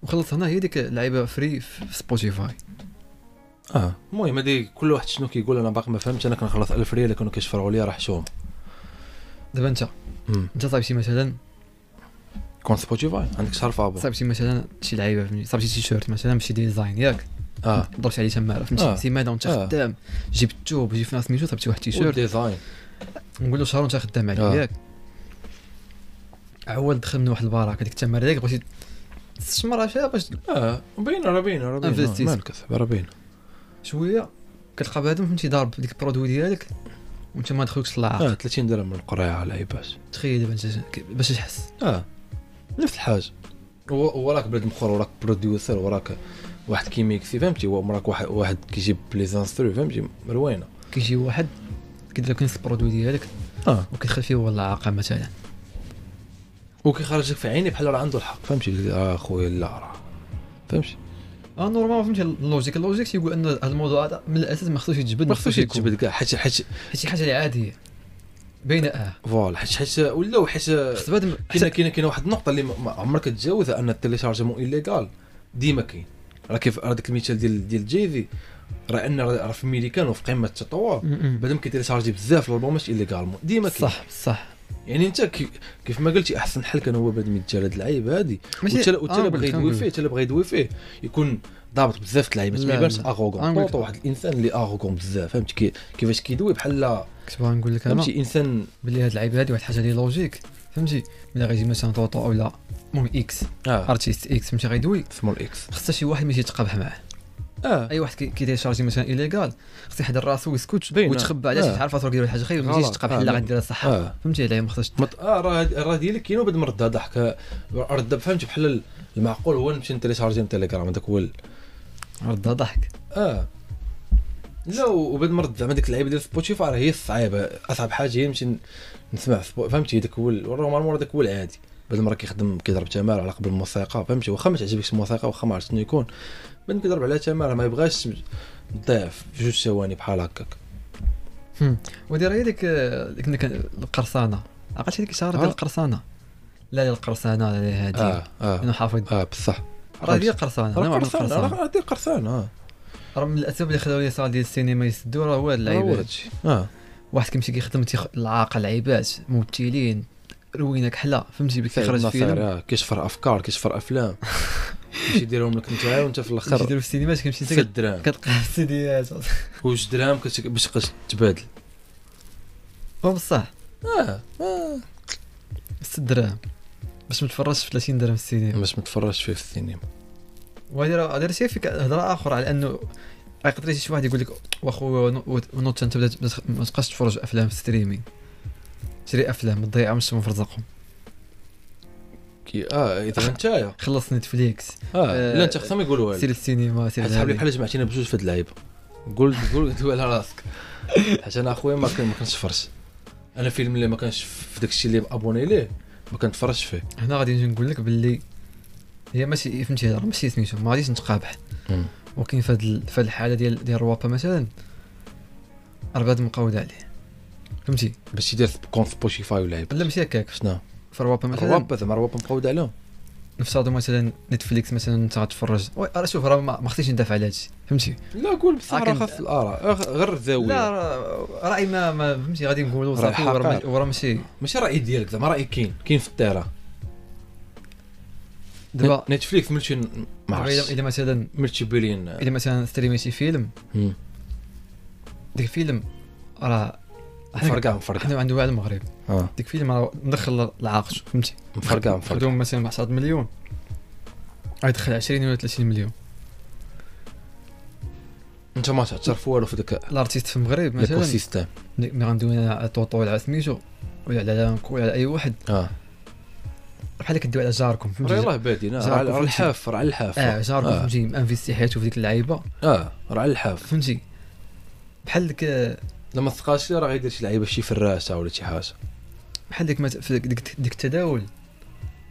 S2: وخلص هنا هي ديك اللعيبه فري في سبوتيفاي
S1: اه المهم هادي كل واحد شنو كيقول انا باقي ما فهمتش انا كنخلص 1000 ريال كانوا كيشفروا لي راه حشوم
S2: دابا انت
S1: مم.
S2: انت صايبتي مثلا
S1: كون سبوتيفاي عندك شهر فابور
S2: صايبتي مثلا شي لعيبه فهمتي صايبتي تي شيرت مثلا بشي ديزاين ياك
S1: اه
S2: ضربت عليه تما فهمتي
S1: آه.
S2: سيمانه وانت
S1: آه.
S2: خدام جبت الثوب جبت ناس ميتو صايبتي واحد التيشيرت
S1: ديزاين
S2: نقول له شهر وانت خدام عليه
S1: آه.
S2: ياك عوال دخل من واحد البراك هذيك التماره ديالك بغيتي تستثمرها فيها باش
S1: اه باينه راه باينه راه باينه
S2: Investis.
S1: آه، مالك أصاحبي، راه باينه
S2: شويه كتلقى بنادم فهمتي ضارب ديك البرودوي ديالك وانت ما دخلوكش العاق
S1: اه 30 درهم من القريه على عيباس
S2: تخيل دابا انت باش تحس
S1: اه نفس الحاجه هو- هو راك بلاد مخور وراك بروديوسر وراك واحد كيميكسي فهمتي وراك واحد واحد كيجيب لي زانسترو فهمتي مروينه
S2: كيجي واحد كيدير لك نفس البرودوي ديالك
S1: اه
S2: وكيدخل فيه هو العاقه مثلا
S1: وكيخرجك في عيني بحال راه عنده الحق فهمتي اه خويا لا راه فهمتي
S2: اه نورمال فهمتي اللوجيك اللوجيك تيقول ان هذا الموضوع هذا من الاساس ما خصوش يتجبد
S1: ما خصوش
S2: يكون.
S1: يتجبد كاع حيت حيت
S2: حيت شي حاجه اللي عاديه باينه اه
S1: فوالا حيت حيت ولا حيت
S2: خص بنادم
S1: كاين كاين كاين واحد النقطه اللي ما- ما عمرك تتجاوزها ان التيليشارجمون ايليغال ديما كاين راه كيف راه داك المثال ديال ديال جيزي راه ان راه راه في امريكان وفي قمه التطور بعدا كيتيليشارجي بزاف الالبومات ايليغالمون ديما كاين
S2: صح صح
S1: يعني انت كي- كيف ما قلتي احسن حل كان هو بعد ما يتجال هاد اللعيب هادي
S2: ماشي-
S1: وتا وتا
S2: آه،
S1: لا بغى
S2: قلت-
S1: يدوي
S2: قلت.
S1: فيه تا لا بغى يدوي فيه يكون ضابط بزاف د اللعيبات ما
S2: لا،
S1: يبانش
S2: لا.
S1: اغوغون
S2: أنا قلت-
S1: طوطو واحد الانسان اللي اغوغون بزاف فهمتي كي- كيفاش كيدوي بحال
S2: كنت باغي نقول لك انا
S1: فهمتي انسان
S2: بلي هاد اللعيبه هادي واحد الحاجه اللي لوجيك فهمتي ملي غيجي مثلا طوطو ولا المهم اكس
S1: اه
S2: ارتيست اكس فهمتي غيدوي
S1: سمول اكس
S2: خصها شي واحد ماشي يتقبح معاه
S1: اه
S2: اي واحد كي- كيدير شارجي مثلا ايليغال خصو يحضر راسو ويسكت
S1: باينة.
S2: ويتخبى علاش
S1: آه.
S2: تعرف راسو كيدير واحد الحاجه خايبه ما
S1: غلط.
S2: تجيش تقبح
S1: آه.
S2: لا غديرها صح
S1: آه.
S2: فهمتي علاه ما خصهاش
S1: مت... اه راه راه ديالك كاين وبعد مرد ضحك رد فهمتي بحال المعقول هو نمشي نتيليشارجي من تيليجرام هذاك هو ال-
S2: ردها ضحك
S1: اه لا وبعد مرد زعما ديك اللعيبه ديال سبوتيفاي راه هي الصعيبه اصعب حاجه هي نمشي ن- نسمع سبو... فهمتي هذاك هو ال- نورمالمون هذاك هو العادي بعد المره كيخدم كيضرب تمار على قبل الموسيقى فهمتي واخا ما تعجبكش الموسيقى واخا ما عرفت شنو يكون بعد كيضرب على تمار ما يبغاش ضعف في جوج ثواني بحال هكاك
S2: ودير هي ديك اللي كنا كن- القرصانه عرفتي ديك الشهر ديال
S1: آه.
S2: القرصانه لا ديال القرصانه لا ديال
S1: اه
S2: هادي انا
S1: اه
S2: حافظ
S1: اه بصح
S2: راه ديال القرصانه انا
S1: راه
S2: معروف
S1: قرصان
S2: القرصانه
S1: راه ديال قرصان اه
S2: راه من الاسباب اللي خلاو لي صار ديال السينما يسدو راه هو هاد
S1: راه هو
S2: العيبات
S1: هادشي اه
S2: واحد كيمشي كيخدم تيخ... العاقه العيبات ممثلين روينه كحله فهمتي بك كيخرج فيلم
S1: اه كيشفر افكار كيشفر افلام يمشي يديرهم لك انت وانت في
S2: كيمشي
S1: الاخر
S2: يديرو في السينمات كيمشي انت
S1: ست
S2: كت-
S1: دراهم
S2: كتلقى السيديات
S1: وجوج دراهم كت- باش تبقى تبادل
S2: هو بصح
S1: اه اه
S2: ست دراهم باش ما تفرجش في 30 درهم في السينما
S1: باش ما تفرجش فيه في السينما
S2: وهذه راه هذا شي فيك هضره اخرى على انه راه يقدر شي واحد يقول لك واخويا ونو- ونوض انت بدات بدات- ما تبقاش تفرج افلام في ستريمينغ شري افلام ما تضيعهمش من فرزقهم
S1: كي اه اذا نتايا
S2: خلص نتفليكس آه،
S1: اه لا انت خصهم يقولوها
S2: سير
S1: لك
S2: للسينما سير
S1: حيت صحابي
S2: لهذه.
S1: بحال جمعتينا بجوج في هاد اللعيبه قول قول قول على راسك حيت انا اخويا ما كان- ما كنتفرجش انا فيلم اللي ما كانش في داك الشيء اللي مابوني ليه ما كنتفرجش فيه
S2: هنا غادي نجي نقول لك باللي هي ماشي فهمتي هضره ماشي سميتو ما غاديش نتقابح
S1: مم.
S2: ولكن في هاد ال- في هاد الحاله ديال ديال الروابا مثلا راه بنادم مقود عليه فهمتي
S1: باش يدير كونت سبوتيفاي ولا
S2: لا ماشي هكاك
S1: شنو
S2: في الروابا مثلا
S1: رواب زعما رواب مقود عليهم
S2: نفترضوا مثلا نتفليكس مثلا انت غتفرج وي راه شوف راه ما ما خصنيش ندافع على هادشي فهمتي
S1: لا قول بصح راه
S2: لكن-
S1: خاص الاراء غ- غير
S2: لا
S1: الزاويه
S2: راه- راي ما ما فهمتي غادي نقولوا
S1: راه
S2: صافي وراه
S1: حقائق.
S2: ما- وراه ماشي
S1: ماشي راي ديالك زعما راي كاين كاين في التيران
S2: دابا
S1: نتفليكس ملتي ن- ما
S2: دابا الا
S1: عرفتش
S2: إلا مثلا
S1: ملتي بليون
S2: الا مثلا ستريميتي فيلم
S1: مم.
S2: ديك فيلم راه حنا-
S1: مفرقع مفرقع
S2: حنا عنده على المغرب
S1: اه
S2: ديك فيلم راه ندخل العاقش فهمتي
S1: مفرقع مفرقع
S2: خدوهم مثلا ب 10 مليون غيدخل 20 ولا 30 مليون
S1: انت ما تعترف والو في ذاك
S2: الارتيست في المغرب
S1: الايكو
S2: مثلا
S1: سيستيم
S2: ملي غندوي أنا على طوطو ولا على سميتو ولا على لانكو ولا على اي واحد
S1: اه
S2: بحال كدوي على جاركم
S1: راه
S2: فهمتي
S1: يلاه بادين آه،
S2: زعما
S1: راه على
S2: كون
S1: راه
S2: في
S1: الحاف راه على الحاف
S2: اه جاركم
S1: آه.
S2: فهمتي مانفيستي حياته في ديك اللعيبه
S1: اه راه على الحاف
S2: فهمتي بحال ديك
S1: لما تسقاش ليه راه غيدير شي لعيبه شي فراسه ولا شي حاجه
S2: بحال ديك مت- في ديك- ديك ديك التداول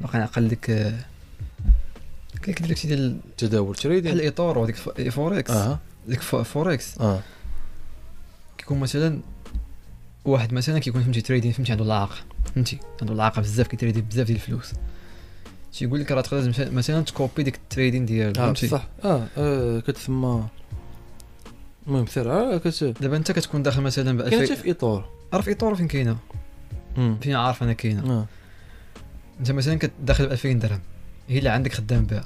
S2: باقي نعقل ديك آه، كيك داكشي ديال
S1: تداول
S2: بحال
S1: تريدين
S2: ايطور وديك فو- فوركس
S1: اه
S2: ديك فو- فوركس
S1: اه
S2: كيكون مثلا واحد مثلا كيكون فهمتي تريدين فهمتي عنده العاقه فهمتي عنده العاقه بزاف كيتريدي بزاف ديال الفلوس تيقول لك راه تقدر مثلا- مثلا تكوبي ديك التريدين ديالو
S1: اه
S2: فهمتي
S1: بصح اه, آه كتسمى المهم سير آه كت
S2: دابا انت كتكون داخل مثلا ب
S1: كاين حتى
S2: 2000
S1: في اطار
S2: عارف ايطور فين كاينه
S1: مم.
S2: فين عارف انا كاينه
S1: اه
S2: انت مثلا كت- داخل ب 2000 درهم هي اللي عندك خدام بها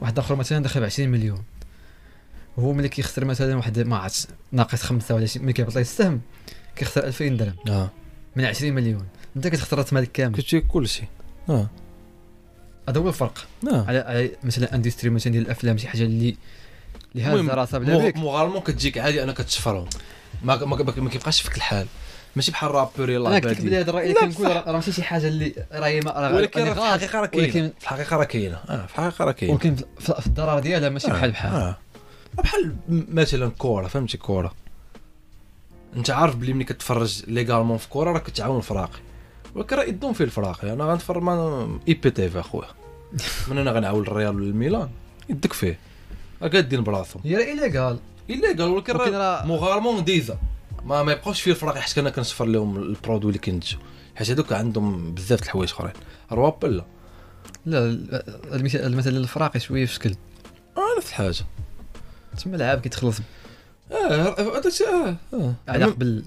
S2: واحد اخر مثلا داخل ب 20 مليون هو ملي كيخسر مثلا واحد ما عرفتش ناقص خمسه ولا شي ملي كيبطل السهم كيخسر 2000 درهم
S1: اه
S2: من 20 مليون انت كتخسر راس مالك كامل
S1: كتشي كلشي اه
S2: هذا هو الفرق
S1: اه
S2: على, على مثلا اندستري مثلا ديال الافلام شي حاجه اللي اللي
S1: المهم،
S2: هازه راسها بلا
S1: مغ-
S2: بيك
S1: مغالمون كتجيك عادي انا كتشفرهم ما ما ما كيبقاش فيك الحال ماشي بحال رابور يلاه
S2: انا قلت لك بلي
S1: بادي
S2: هذا الراي
S1: لا،
S2: اللي كنقول
S1: بصح.
S2: راه راه ماشي شي حاجه اللي راهي ما- راه
S1: ولكن راه
S2: أنا
S1: في
S2: غلط.
S1: الحقيقه راه كاينه
S2: يعني ولكن
S1: في الحقيقه راه كاينه اه في الحقيقه راه كاينه
S2: ولكن في في الضرر ديالها ماشي بحال بحال
S1: آه. بحال م- مثلا كوره فهمتي كوره انت عارف بلي ملي كتفرج ليغالمون في كوره راك كتعاون الفراقي ولكن راه يدون فيه الفراقي انا غنتفرج مع اي بي تي في اخويا من انا غنعاون الريال ولا الميلان يدك فيه راه قادين براسهم
S2: هي راه ايليغال
S1: الا قالوا لك
S2: ولكن
S1: راه
S2: راه
S1: مغارمون ديزا ما ما يبقاوش فيه الفراقي حيت انا كنصفر لهم البرودوي اللي كينتجو حيت هذوك عندهم بزاف د الحوايج اخرين رواب لا
S2: لا ال- المثال المثل الفراقي شويه في شكل
S1: آه، نفس الحاجه
S2: تما العاب كيتخلص
S1: اه هذاك الشيء اه اه
S2: على قبل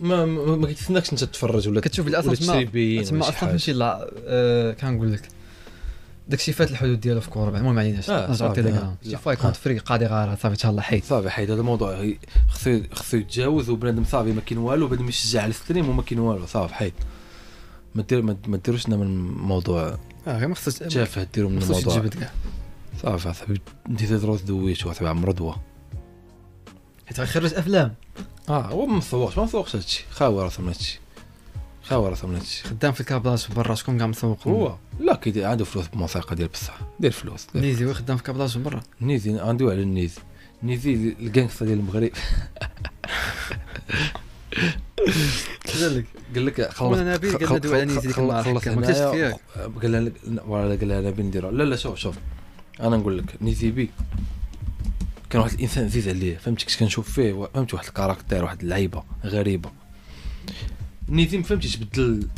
S1: ما ما ما كيتسناكش انت تتفرج ولا
S2: يعني كتشوف بالأسف
S1: ولا
S2: ما-
S1: تشري بين
S2: تما
S1: ولا شي
S2: اصلا
S1: حاجه
S2: فهمتي لا آه، كنقول لك داكشي فات الحدود ديالو في كوره المهم عليناش
S1: آه،
S2: نرجعوا
S1: صافي،
S2: للتليجرام
S1: آه.
S2: شي
S1: لا.
S2: فوا يكون
S1: آه.
S2: فري قاضي غار صافي تهلا حيد
S1: صافي حيد هذا الموضوع هي- خصو خصو يتجاوز وبنادم صافي ما كاين والو بنادم يشجع على الستريم وما كاين والو صافي حيد ما دير ما ما ديروش لنا من موضوع
S2: اه غير ما خصكش
S1: تافه ديروا من
S2: ما خصكش
S1: الموضوع
S2: تجبد كاع
S1: صافي اصاحبي انت تدرو دويت واحد عمر ردوه
S2: حيت غيخرج افلام
S1: اه هو ما مسوقش ما مسوقش هادشي خاوي راسه من هادشي خاوي راسه من هادشي
S2: خدام في الكابلاج برا شكون كاع مسوق
S1: هو لا كيدير عنده فلوس بالموسيقى ديال بصح دير فلوس دير
S2: نيزي هو خدام في كابلاج برا
S1: نيزي ندوي على النيزي نيزي الجانكستا ديال المغرب
S2: قال لك
S1: قال لك خلص
S2: وانا نبيل قال لنا دو على نيزي ديك المرة
S1: خلص
S2: حكا، ما كنتش
S1: هنايا
S2: فيك.
S1: وخ- قال لنا ولا قال لنا نبيل نديرو لا لا شوف شوف انا نقول لك نيزي بي كان واحد الانسان عزيز عليه فهمت كنت كنشوف فيه وا- فهمت واحد الكاركتير واحد اللعيبه غريبه نيزيم فهمتي تبدل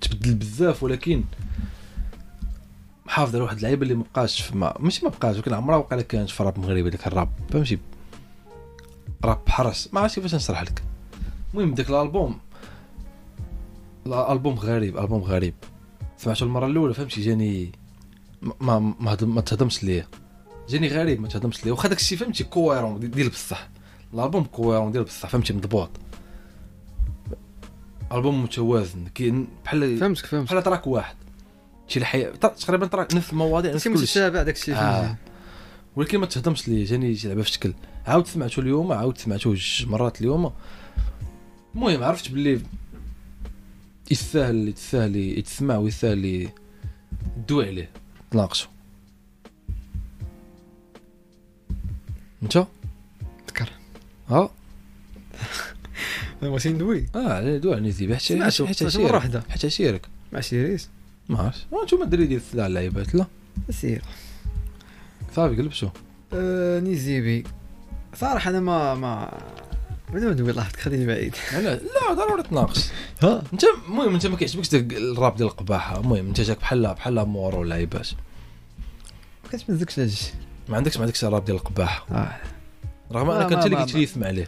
S1: تبدل بزاف ولكن محافظ على واحد اللعيبه اللي مبقاش فما ماشي مبقاش ولكن عمرها وقع كانت في الراب المغربي داك الراب فهمتي راب حرس ما عرفتش كيفاش نشرح لك المهم داك الالبوم الالبوم غريب البوم غريب سمعته المره الاولى فهمتي جاني ما ما ما, هضم- ما تهضمش ليا جاني غريب ما تهضمش ليا واخا داكشي فهمتي كويرون دي- ديال بصح الالبوم كويرون ديال بصح فهمتي مضبوط البوم متوازن كاين بحال
S2: فهمتك فهمتك
S1: بحال تراك واحد شي الحياه ت- تقريبا تراك نفس المواضيع نفس
S2: شي
S1: كلشي
S2: متشابه داك الشيء
S1: آه.
S2: فهمتي.
S1: ولكن ما تهضمش ليه جاني شي لعبه في شكل عاود سمعته اليوم عاود سمعته جوج مرات اليوم المهم عرفت باللي يستاهل يتساهل يتسمع ويستاهل يدوي عليه تناقشوا انت
S2: تذكر
S1: ها
S2: بغيتي ندوي
S1: اه على دوي على نزيبي حتى
S2: سمعته
S1: حتى
S2: سمعته مره
S1: شيرك
S2: واحده
S1: حتى شيرك
S2: مع سيريس
S1: ما عرفتش وانتم الدراري ديال السلع اللعيبات لا
S2: سير
S1: صافي قلبتو
S2: آه، نيزيبي صراحه انا ما ما بدا ندوي الله يحفظك، خليني بعيد
S1: لا لا ضروري تناقش
S2: ها
S1: انت المهم انت ما كيعجبكش داك الراب ديال القباحه المهم انت جاك بحال بحال مور ولا عيباش
S2: ما كتمزكش لهاد الشيء
S1: ما عندكش ما عندكش الراب ديال القباحه
S2: آه.
S1: رغم
S2: ما-
S1: انك
S2: ما-
S1: انت اللي
S2: ما-
S1: قلت لي اسمع عليه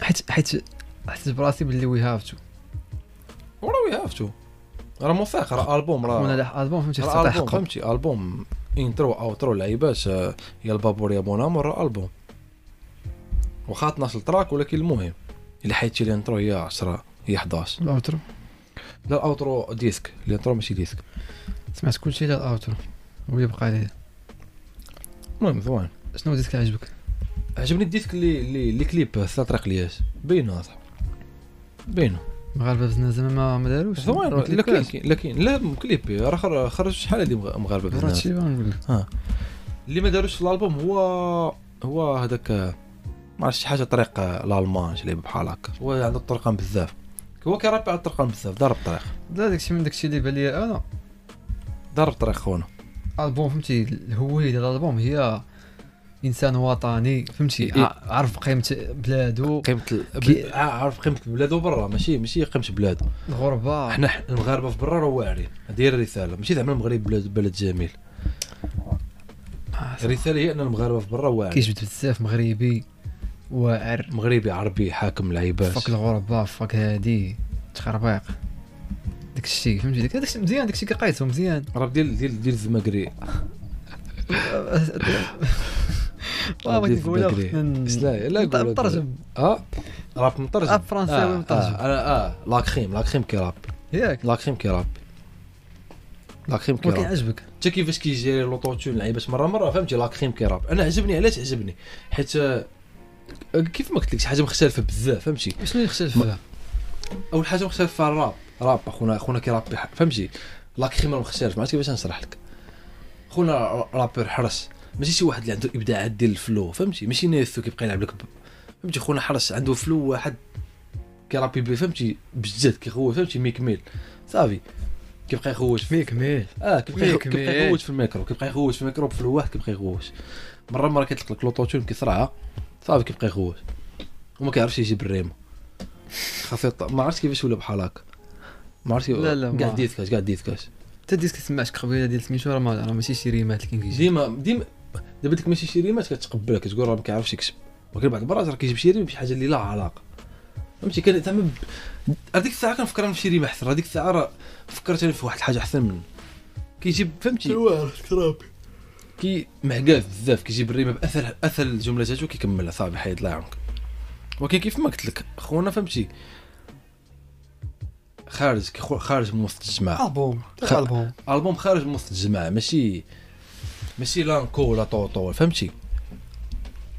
S2: حيت حيت حسيت براسي باللي وي هاف تو
S1: وراوي عرفتو راه موثق راه البوم
S2: وانا
S1: راه
S2: لا البوم فهمتي خصها
S1: راه البوم
S2: تحقق
S1: فهمتي البوم انترو اوترو لعيباش آه، يا البابور يا بونامور راه البوم واخا 12 تراك ولكن المهم الا حيدتي الانترو هي 10 هي 11
S2: الاوترو
S1: لا الاوترو ديسك الانترو ماشي ديسك
S2: سمعت كلشي ديال الاوترو واللي بقى لي
S1: المهم زوين
S2: شنو ديسك عجبك
S1: عجبني الديسك اللي اللي اللي كليب ساتريق لياس باينه صاحبي باينه
S2: مغاربه بزنا زعما ما- ما داروش
S1: زوين
S2: ما
S1: لا كاين
S2: كليباش.
S1: كاين- لا كاين لا م- كليب راه خر- خرج شحال هادي مغ- مغاربه
S2: هذا
S1: بزاف
S2: الشيء اللي بغا نقول لك
S1: اللي ما داروش في الالبوم هو هو هذاك ما عرفتش شي حاجه طريق الالمان شي لعبه بحال هكا هو عنده الطرقان بزاف هو كيرابي على الطرقان بزاف ضرب طريق
S2: لا داك الشيء من داك الشيء اللي بان لي انا
S1: ضرب طريق خونا
S2: البوم فهمتي الهويه ديال الالبوم هي انسان وطني فهمتي
S1: إيه.
S2: ع- عارف قيمه بلادو
S1: قيمه ال...
S2: كي-
S1: ب- عارف قيمه بلادو برا ماشي ماشي قيمه بلادو
S2: الغربه
S1: حنا ح- المغاربه في برا راه واعرين هذه هي الرساله ماشي زعما المغرب بلاد بلد جميل
S2: آه،
S1: الرساله هي ان المغاربه في برا واعرين
S2: كيجبد بزاف مغربي واعر
S1: مغربي عربي حاكم لعيبات
S2: فك الغربه فك هادي تخربيق داك الشيء فهمتي داك داك الشيء مزيان داك الشيء كيقيتو مزيان
S1: راب ديال ديال ديال الزماكري
S2: واه بغيت
S1: ديال
S2: نقولها
S1: الزماكري.
S2: وخصنا
S1: لا لا قولها، قولها.
S2: نترجم
S1: اه راب مترجم
S2: راب آه، فرنساوي مترجم.
S1: اه, آه, آه لاكريم لاكريم كيراب
S2: ياك
S1: لاكريم كيراب لاكريم
S2: ولكن
S1: كيراب
S2: عجبك
S1: حتى كيفاش كيجيري لوطوتون لعيبات مره مره فهمتي لاكريم كيراب انا عجبني علاش عجبني حيت آه، كيف ما قلت لك شي حاجه مختلفه بزاف فهمتي
S2: شنو اللي اختلف فيها
S1: اول حاجه مختلفه فيها الراب راب اخونا اخونا كيرابي ح- فهمتي لاكريم راه مختلف ما عرفت كيفاش نشرح لك خونا را- رابر حرس ماشي شي واحد اللي عنده ابداعات ديال الفلو فهمتي ماشي نيثو كيبقى يلعب لك ب- فهمتي خونا حرس عنده فلو واحد كيرابي بي فهمتي بجد كيخوت فهمتي ميك ميل صافي كيبقى يخوت في-
S2: ميك ميل
S1: اه كيبقى يخ-
S2: ميك
S1: كيبقى
S2: ميل.
S1: يخوت في الميكرو كيبقى يخوت في الميكرو في الواحد كيبقى يخوت مره مره كيطلق لك لوطوتون كيصرعها صافي كيبقى يخوت وما كيعرفش يجيب الريمه خاصو يط- ما عرفتش كيفاش ولا بحال هكا ما عرفتش
S2: لا، لا، ما-
S1: كاع ديسكاش كاع ديسكاش
S2: حتى ديسك سمعت قبيله ديال سميتو راه ما راه ماشي شي ريمات الانجليزي
S1: ديما ديما دابا ديك ماشي شي ريمات كتقبلها كتقول راه ما كيعرفش يكتب ولكن بعض المرات راه كيجيب شي ريم بشي حاجه اللي لا علاقه فهمتي كان زعما ب- هذيك الساعه كنفكر انا في شي ريم احسن هذيك الساعه راه فكرت انا في واحد الحاجه احسن منه كيجيب فهمتي كي محكاز بزاف كيجيب الريمه باسهل اسهل الجمله جاتو كيكملها صافي حيد الله يعاونك ولكن كيف ما قلت لك خونا فهمتي خارج كيخو- خارج من وسط الجماعه
S2: البوم
S1: خ- البوم خارج من وسط الجماعه ماشي ماشي لانكو ولا طوطو فهمتي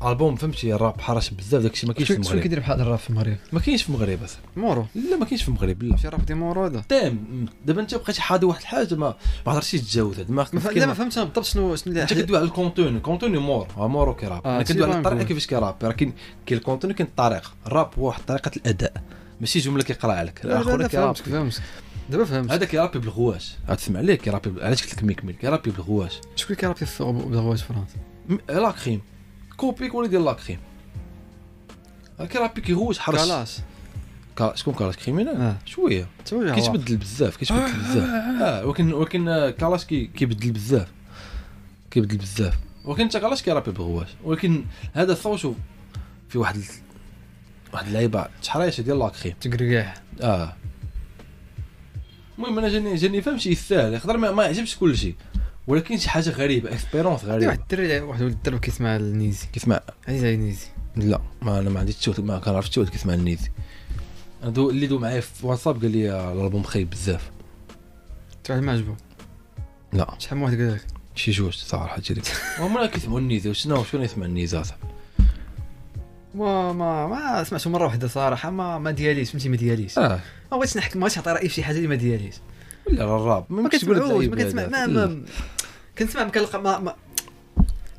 S1: البوم فهمتي الراب حرش بزاف داكشي ما كاينش في
S2: شنو شنو
S1: المغرب
S2: كيدير بحال الراب في المغرب
S1: ما كاينش في المغرب أصاحبي.
S2: مورو
S1: لا ما كاينش في المغرب لا
S2: شي راب دي مورو هذا
S1: تام دابا انت بقيتي حاضي واحد الحاجه ما ما عرفتش تتجاوزها دماغك
S2: ما فهم- لا ما فهمتش أنا بالضبط شنو شنو
S1: انت
S2: اللي
S1: كدوي على الكونتون الكونتون مور ها مور وكيراب
S2: آه،
S1: انا
S2: سي
S1: كدوي على
S2: فاهم
S1: الطريقه
S2: كون.
S1: كيفاش كيراب راه كاين كاين الكونتون وكاين الطريقه الراب هو واحد طريقه الاداء ماشي جمله كيقراها لك
S2: لا، لا،
S1: الاخر
S2: لا،
S1: كيراب
S2: فهمتك فهمتك دابا فهمت
S1: هذا كيرابي بالغواش غتسمع عليه كيرابي بال- علاش قلت لك ميك ميل كيرابي بالغواش
S2: شكون اللي كيرابي في بلغوات فرنسا
S1: م- لا كريم كوبيك ولا ديال لاكريم هاكا راه كيغوت حرش
S2: كلاش
S1: كا- شكون كالاش كريمينال
S2: اه
S1: شويه
S2: توجع واحد.
S1: كيتبدل بزاف كيتبدل بزاف اه ولكن ولكن آه، كالاش كي- كيبدل بزاف كيبدل بزاف ولكن انت كالاش كيرابي بغواش ولكن هذا الصوت شوف في واحد ال- واحد اللعيبه تحريشه ديال لاكريم
S2: تقرقع
S1: اه المهم انا جاني جاني فهم شي يستاهل يقدر ما, ما يعجبش كل شيء ولكن شي حاجه غريبه اكسبيرونس
S2: عندي
S1: غريبه
S2: واحد الدري واحد ولد الدرب كيسمع النيزي
S1: كيسمع
S2: عزيز على النيزي
S1: لا ما انا ما عنديش التوت ما كنعرف التوت كيسمع النيزي أنا دو اللي دو معايا في واتساب قال لي آه، الالبوم خايب بزاف
S2: واحد ما عجبو
S1: لا
S2: شحال من واحد قال لك
S1: شي جوج صراحه جري هما لا كيسمعوا النيزي وشنو شكون يسمع النيزي اصاحبي
S2: ما ما ما سمعته مره واحده صراحه ما ما دياليش فهمتي ما دياليش
S1: اه
S2: ما بغيتش نحكم ما بغيتش نعطي رايي في شي حاجه اللي ما دياليش
S1: ولا راه الراب
S2: ما
S1: يمكنش تقول
S2: كنسمعوش ما
S1: هاد اللعيبة
S2: كنسمع ما
S1: هذا. إيه.
S2: ما كنسمع ما كنلقى ما ما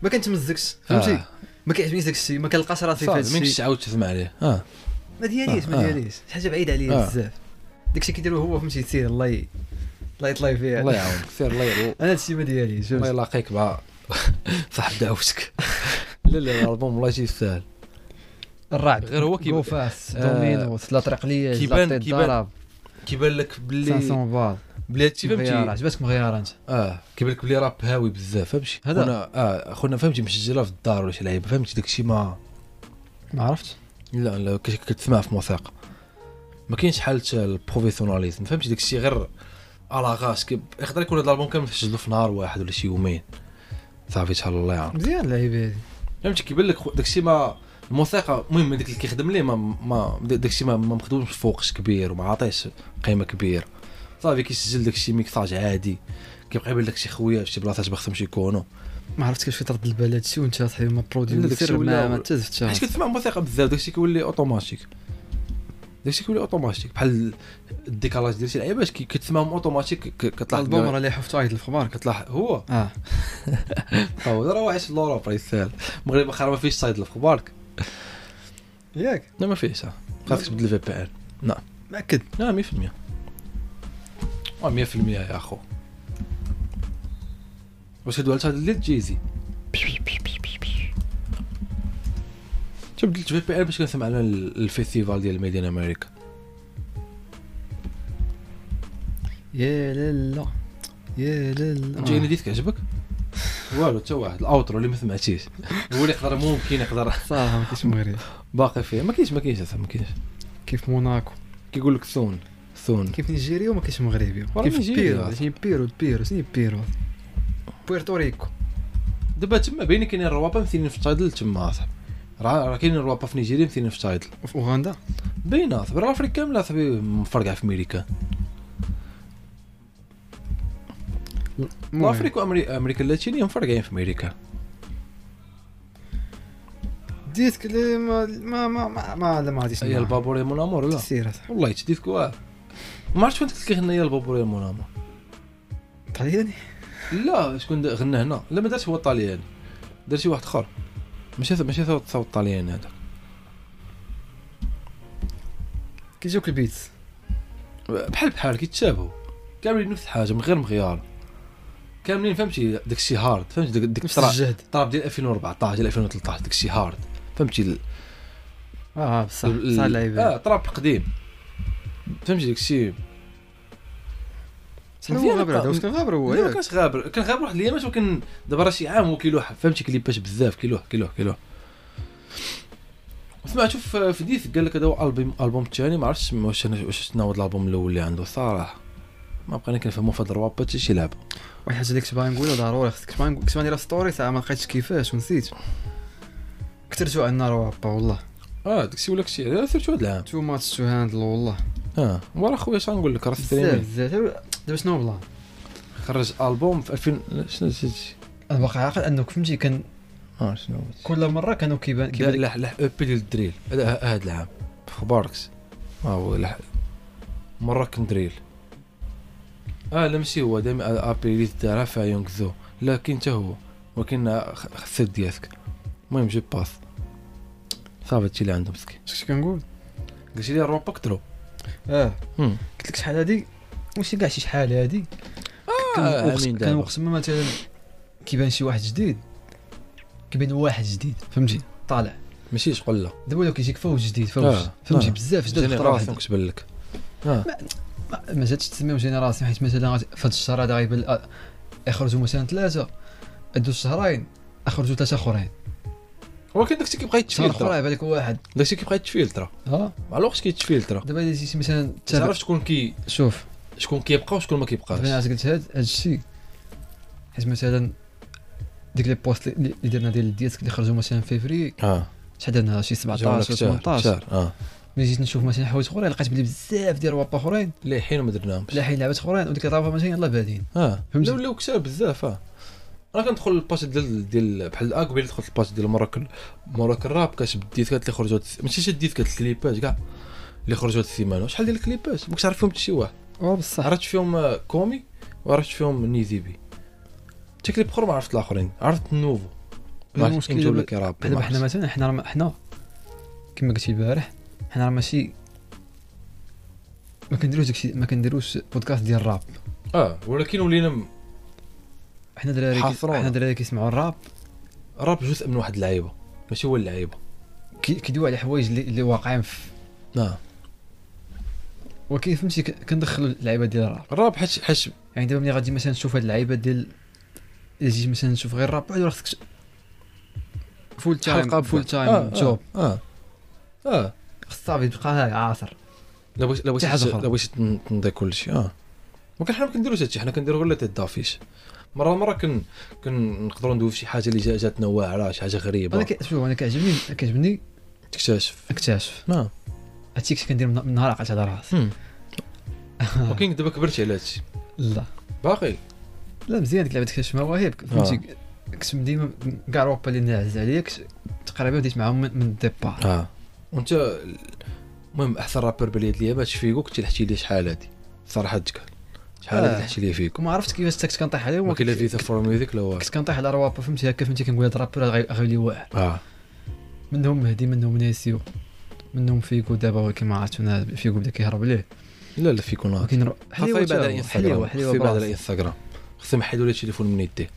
S2: ما كنتمزكش
S1: آه،
S2: فهمتي ما كيعجبنيش داك الشيء ما كنلقاش راسي في
S1: إيه. صافي
S2: هذا
S1: ما يمكنش
S2: الشيء
S1: تعاود تسمع عليه اه
S2: ما دياليش
S1: آه،
S2: ما
S1: آه.
S2: دياليش شي حاجه بعيده عليا
S1: آه.
S2: بزاف داك الشيء كيديرو هو فهمتي سير الله ي- الله يطلع فيه
S1: الله
S2: انا
S1: يعاونك سير الله يعاونك
S2: هذا الشيء ما دياليش
S1: الله
S2: فهمتي
S1: يلاقيك مع صاحب دعوتك لا لا الالبوم والله شي يستاهل
S2: الرعد
S1: طيب، غير هو كيب-
S2: كوفاس
S1: آه،
S2: دومينو لا طريق ليا
S1: كيبان-
S2: كيبان
S1: كيبان
S2: كيبان
S1: كيبان لك باللي
S2: 500 بال
S1: بلي هادشي
S2: مغيار
S1: فهمتي
S2: عجبتك مغيار انت
S1: اه كيبان لك بلي راب هاوي بزاف فهمتي
S2: هذا.
S1: خونا- اه خونا فهمتي مسجله في الدار ولا شي لعيبه فهمتي داكشي ما
S2: ما عرفتش
S1: لا لا كت- كتسمع في موسيقى ما كاينش حالة البروفيسيوناليزم فهمتي داك الشيء غير على غاش كيب- يقدر يكون هذا الالبوم كامل تسجلو في نهار واحد ولا شي يومين صافي تهلا الله يعاون
S2: مزيان اللعيبه هذه
S1: فهمتي كيبان لك خو- داك الشيء ما الموسيقى المهم داك اللي كيخدم ليه ما ما داك الشيء ما ما مخدومش فوقش كبير وما عاطيش قيمه كبيره صافي كيسجل داك الشيء ميكساج عادي كيبقى يبان لك شي خويا في شي بلاصه باغي خصهم يكونوا
S2: ما عرفتش كيفاش ترد البال هذا الشيء وانت صاحبي ما برودي
S1: لا، داك الشيء
S2: سير ما
S1: ولا-
S2: ما تزفتش
S1: حيت كتسمع موسيقى بزاف داكشي كيولي اوتوماتيك داكشي كيولي اوتوماتيك بحال الديكالاج ديال شي لعيبات كي- كتسمعهم اوتوماتيك ك- كتلاحظ
S2: البوم راه اللي حفته عيط الخبار
S1: كتلاحظ هو
S2: اه
S1: هو راه عايش في لوروب راه يسهل المغرب واخا راه ما فيهش صيد في خبارك
S2: ياك
S1: لا ما فيهش آه. خاصك تبدل في بي ان
S2: مأكد
S1: لا 100% آه، 100% يا اخو واش هادو هاد اللي جيزي تبدلت في بي ان باش كنسمع على ال- الفيستيفال ديال ميد ان امريكا
S2: يا لالا يا لالا
S1: جايني
S2: آه.
S1: ديت كيعجبك والو حتى واحد الاوترو اللي ما سمعتيش هو اللي يقدر ممكن يقدر
S2: صراحه ما كاينش مغرب
S1: باقي فيه ما كاينش ما كاينش أصاحبي، ما كاينش
S2: كيف موناكو
S1: كيقول لك ثون ثون
S2: كيف نيجيريا وما كاينش مغربي
S1: والله
S2: كيف
S1: نيجيريا.
S2: بيرو شنو بيرو بيرو شنو بيرو بويرتوريكو
S1: دابا تما باين كاينين روابا مثيلين في تايدل تما اصاحبي راه راه كاينين روابا في نيجيريا مثيلين في تايدل
S2: وفي اوغندا
S1: باينه اصاحبي راه افريقيا كامله اصاحبي مفرقعه في امريكا
S2: المهم.
S1: افريقيا وامريكا امريكا اللاتينيه مفرقعين في امريكا
S2: ديسك اللي ما ما ما ما, ما لا ما غاديش
S1: هي البابور يا مون امور لا
S2: سير أصاحبي.
S1: والله تديتك واه ما عرفتش فين ديك اللي غنى يا البابور يا مون امور
S2: طلياني
S1: لا شكون دا- غنى هنا لا ما دارش هو الطالياني دار شي واحد اخر ماشي ماشي صوت صوت الطالياني هذا
S2: كيجيوك البيت
S1: بحال بحال كيتشابهوا كاملين نفس الحاجه من غير مغيار كاملين فهمتي داك الشيء هارد فهمتي داك داك
S2: نفس
S1: الطراب
S2: الجهد
S1: الطراب ديال 2014 ديال 2013 داك الشيء هارد فهمتي ال-
S2: اه بصح
S1: ال-
S2: بصح
S1: ال-
S2: اللعيبه
S1: اه طراب قديم فهمتي داك الشيء
S2: شحال هو
S1: مزيان
S2: غابر هذا
S1: بقى.
S2: واش كان غابر هو
S1: لا ما
S2: ياك
S1: كانش غابر كان غابر واحد الايامات ولكن دابا راه شي عام هو كيلوح فهمتي كليباش بزاف كيلوح كيلوح كيلوح سمعتو في في ديث قال لك هذا هو البوم البوم الثاني ما عرفتش واش انا واش شنو هو هذا الالبوم الاول اللي عنده صراحه ما بقينا كنفهموا في هاد الروابط حتى شي لعبه
S2: واحد الحاجه اللي كنت باغي نقولها ضروري خصك كنت باغي نقول- كنت باغي ندير ستوري ساعه ما لقيتش كيفاش ونسيت كثرتوا عنا روابا والله
S1: اه داكشي ولا كشي لا سيرتو هاد العام
S2: تو ماتش تو هاندل والله
S1: اه ورا خويا اش غنقول لك راه
S2: بزاف
S1: ستريمين
S2: بزاف دابا شنو بلان
S1: خرج البوم في 2000 لا، شنو شنو شنو-
S2: انا باقي عاقل انك فهمتي كان
S1: اه شنو هو
S2: كل مره كانوا كيبان
S1: كيبان
S2: كيبان
S1: لح لح او بي ديال الدريل هذا هذا العام اخبارك ما هو لح مره كندريل اه لا ماشي هو دائما ابي اللي دارها فيها يونغ زو لا كاين حتى هو ولكن آه، خ- خسر ديالك المهم جو باس صافي هادشي اللي عنده مسكين
S2: شنو كنت كنقول
S1: قلت لي روبا كثروا
S2: اه
S1: مم.
S2: قلت لك شحال هادي ماشي كاع شي شحال هادي كان
S1: آه،
S2: وقت-
S1: آمين
S2: كان
S1: دابا.
S2: وقت ما مثلا كيبان شي واحد جديد كيبين واحد جديد فهمتي طالع
S1: ماشي شقول لا
S2: دابا ولا كيجيك فوز جديد فوز
S1: آه،
S2: فهمتي
S1: آه.
S2: بزاف جداد في خطره
S1: جينيراسيون
S2: واحده
S1: كتبان لك اه
S2: ما- ما جاتش تسميهم جينيراسيون حيت مثلا غات- في هذا الشهر هذا غيبان لك، آه، يخرجوا مثلا ثلاثه دوز شهرين اخرجوا ثلاثه اخرين
S1: ولكن داكشي كيبقى
S2: شهر اخر
S1: يتفلتر
S2: يبان لك واحد
S1: داكشي كيبقى يتفلتر
S2: ها
S1: مع الوقت كيتفلتر
S2: دابا الا جيتي مثلا تابع
S1: تعرف شكون كي
S2: شوف
S1: شكون كيبقى وشكون ما كيبقاش
S2: دابا انا عاد قلت هاد هاد الشيء حيت مثلا ديك لي بوست اللي اللي درنا ديال الديسك اللي خرجوا مثلا في فيفري
S1: اه
S2: شحال درنا شي
S1: جاونا
S2: 17
S1: في
S2: ولا
S1: شهر
S2: 18
S1: شهر اه
S2: ملي جيت نشوف مثلا حوايج اخرين لقيت بلي بزاف ديال روابا اخرين
S1: ليه حين ما درناهمش
S2: لاحين لعبات اخرين وديك الروابا مثلا يلاه بادين
S1: اه
S2: فهمتي؟
S1: لا ولاو كثار بزاف اه انا كندخل الباج ديال ديال بحال الآك قبيل دخلت الباج ديال مراكل مراكل الراب كتشد الديسكات اللي خرجوا هاد الس- ماشي شاد الديسكات الكليبات كاع اللي خرجوا هاد السيمانه شحال ديال الكليبات ماكش عارف فيهم حتى شي واحد
S2: اه بصح
S1: عرفت فيهم آه، كومي وعرفت فيهم نيزيبي حتى كليب اخر ما عرفت الاخرين عرفت النوفو ما عرفت
S2: المشكل
S1: كيمتو ولا
S2: دابا-
S1: كيراب ما
S2: دابا حنا
S1: عرفتش.
S2: مثلا حنا راه ما- حنا كما قلت البارح حنا راه ماشي ما كنديروش داكشي ما كنديروش بودكاست ديال الراب
S1: اه ولكن ولينا م-
S2: حنا دراري كي-
S1: حاصرون.
S2: حنا دراري كيسمعوا الراب
S1: الراب جزء من واحد اللعيبه ماشي هو اللعيبه
S2: كي- كيدويو على حوايج اللي, اللي واقعين في
S1: اه
S2: ولكن فهمتي ك- كندخلوا اللعيبه ديال الراب
S1: الراب حش حش
S2: يعني دابا ملي غادي مثلا تشوف هاد اللعيبه ديال الا جيت مثلا نشوف غير الراب بعد راه خصك فول تايم
S1: بواحد.
S2: فول تايم
S1: آه،
S2: جوب
S1: اه اه
S2: خص صافي تبقى ها عاصر
S1: لا بغيت لا بغيت
S2: حتى حاجة أخرى.
S1: لا بغيت تن- تنضي كلشي اه ولكن حنا ما كنديروش هادشي حنا كنديرو غير اللي تدافيش مره مره كن كنقدروا ندويو في شي حاجه اللي جا- جاتنا واعره شي حاجه
S2: انا
S1: غريبه
S2: كي- شوف انا كيعجبني كيعجبني
S1: تكتشف نعم.
S2: نكتشف
S1: ما
S2: هادشي كنت كندير من من نهار عقلت على راسي
S1: هم. ولكن دابا كبرت على هادشي
S2: لا
S1: باقي
S2: لا مزيان ديك لعبه كتشف مواهب
S1: آه.
S2: فهمتي كنت ديما كاع اوروبا اللي نعز عليا كنت تقريبا بديت معاهم من من الديبار
S1: اه وانت المهم احسن رابر باليد ليا باش فيكو كنت لحتي لي شحال هادي صراحه تكال شحال هادي
S2: آه.
S1: لحتي لي فيكو
S2: وما عرفت كيفاش تا كنت كنطيح عليهم
S1: ما كاين لا
S2: وكنت
S1: فيتا فور ميوزيك لا والو
S2: كنت كنطيح على روابا فهمتي هكا فهمتي كنقول هاد الرابور غي- غيولي واعر
S1: اه
S2: منهم مهدي منهم ناسيو منهم فيكو دابا ولكن ما عرفتش انا فيكو بدا كيهرب ليه
S1: لا لا فيكو ناضي
S2: ولكن رو-
S1: خاصو يبعد على الانستغرام
S2: حليوة حليوة
S1: خاصو يبعد على
S2: حليوة
S1: الانستغرام خاصو يحيدوا لي التليفون من يديه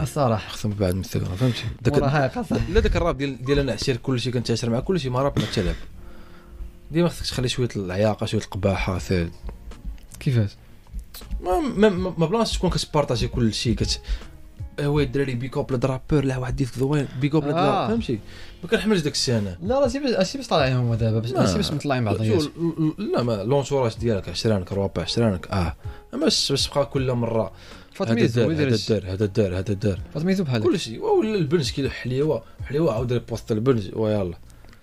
S2: الصراحه
S1: خاصهم بعد من الانستغرام فهمتي داك
S2: والله هاي قصة
S1: لا داك الراب ديال ديال انا عشير كلشي كنتعشر مع كلشي ما راب ما تلعب ديما خصك تخلي شويه العياقه شويه القباحه ثال
S2: كيفاش
S1: ما ما, ما ما بلانش تكون كتبارطاجي كلشي كت هو الدراري بيك اب لهاد الرابور لا واحد ديسك زوين بيك اب
S2: آه.
S1: لا فهمتي ما كنحملش داك الشيء انا
S2: لا راه شي باش شي باش طالعين هما دابا باش
S1: ما-
S2: شي باش مطلعين بعضياتهم
S1: شو- ل- ل- لا ما لونسوراج ديالك عشرانك ربع عشرانك اه اما باش باش تبقى كل مره هذا
S2: فاطميزو
S1: دار
S2: ويدير
S1: هذا
S2: هادشي.
S1: دار هذا دار هذا دار
S2: فاطميزو بحالك
S1: كلشي ولا البنج كيلو حليوه حليوه عاود ريبوست البنج ويلا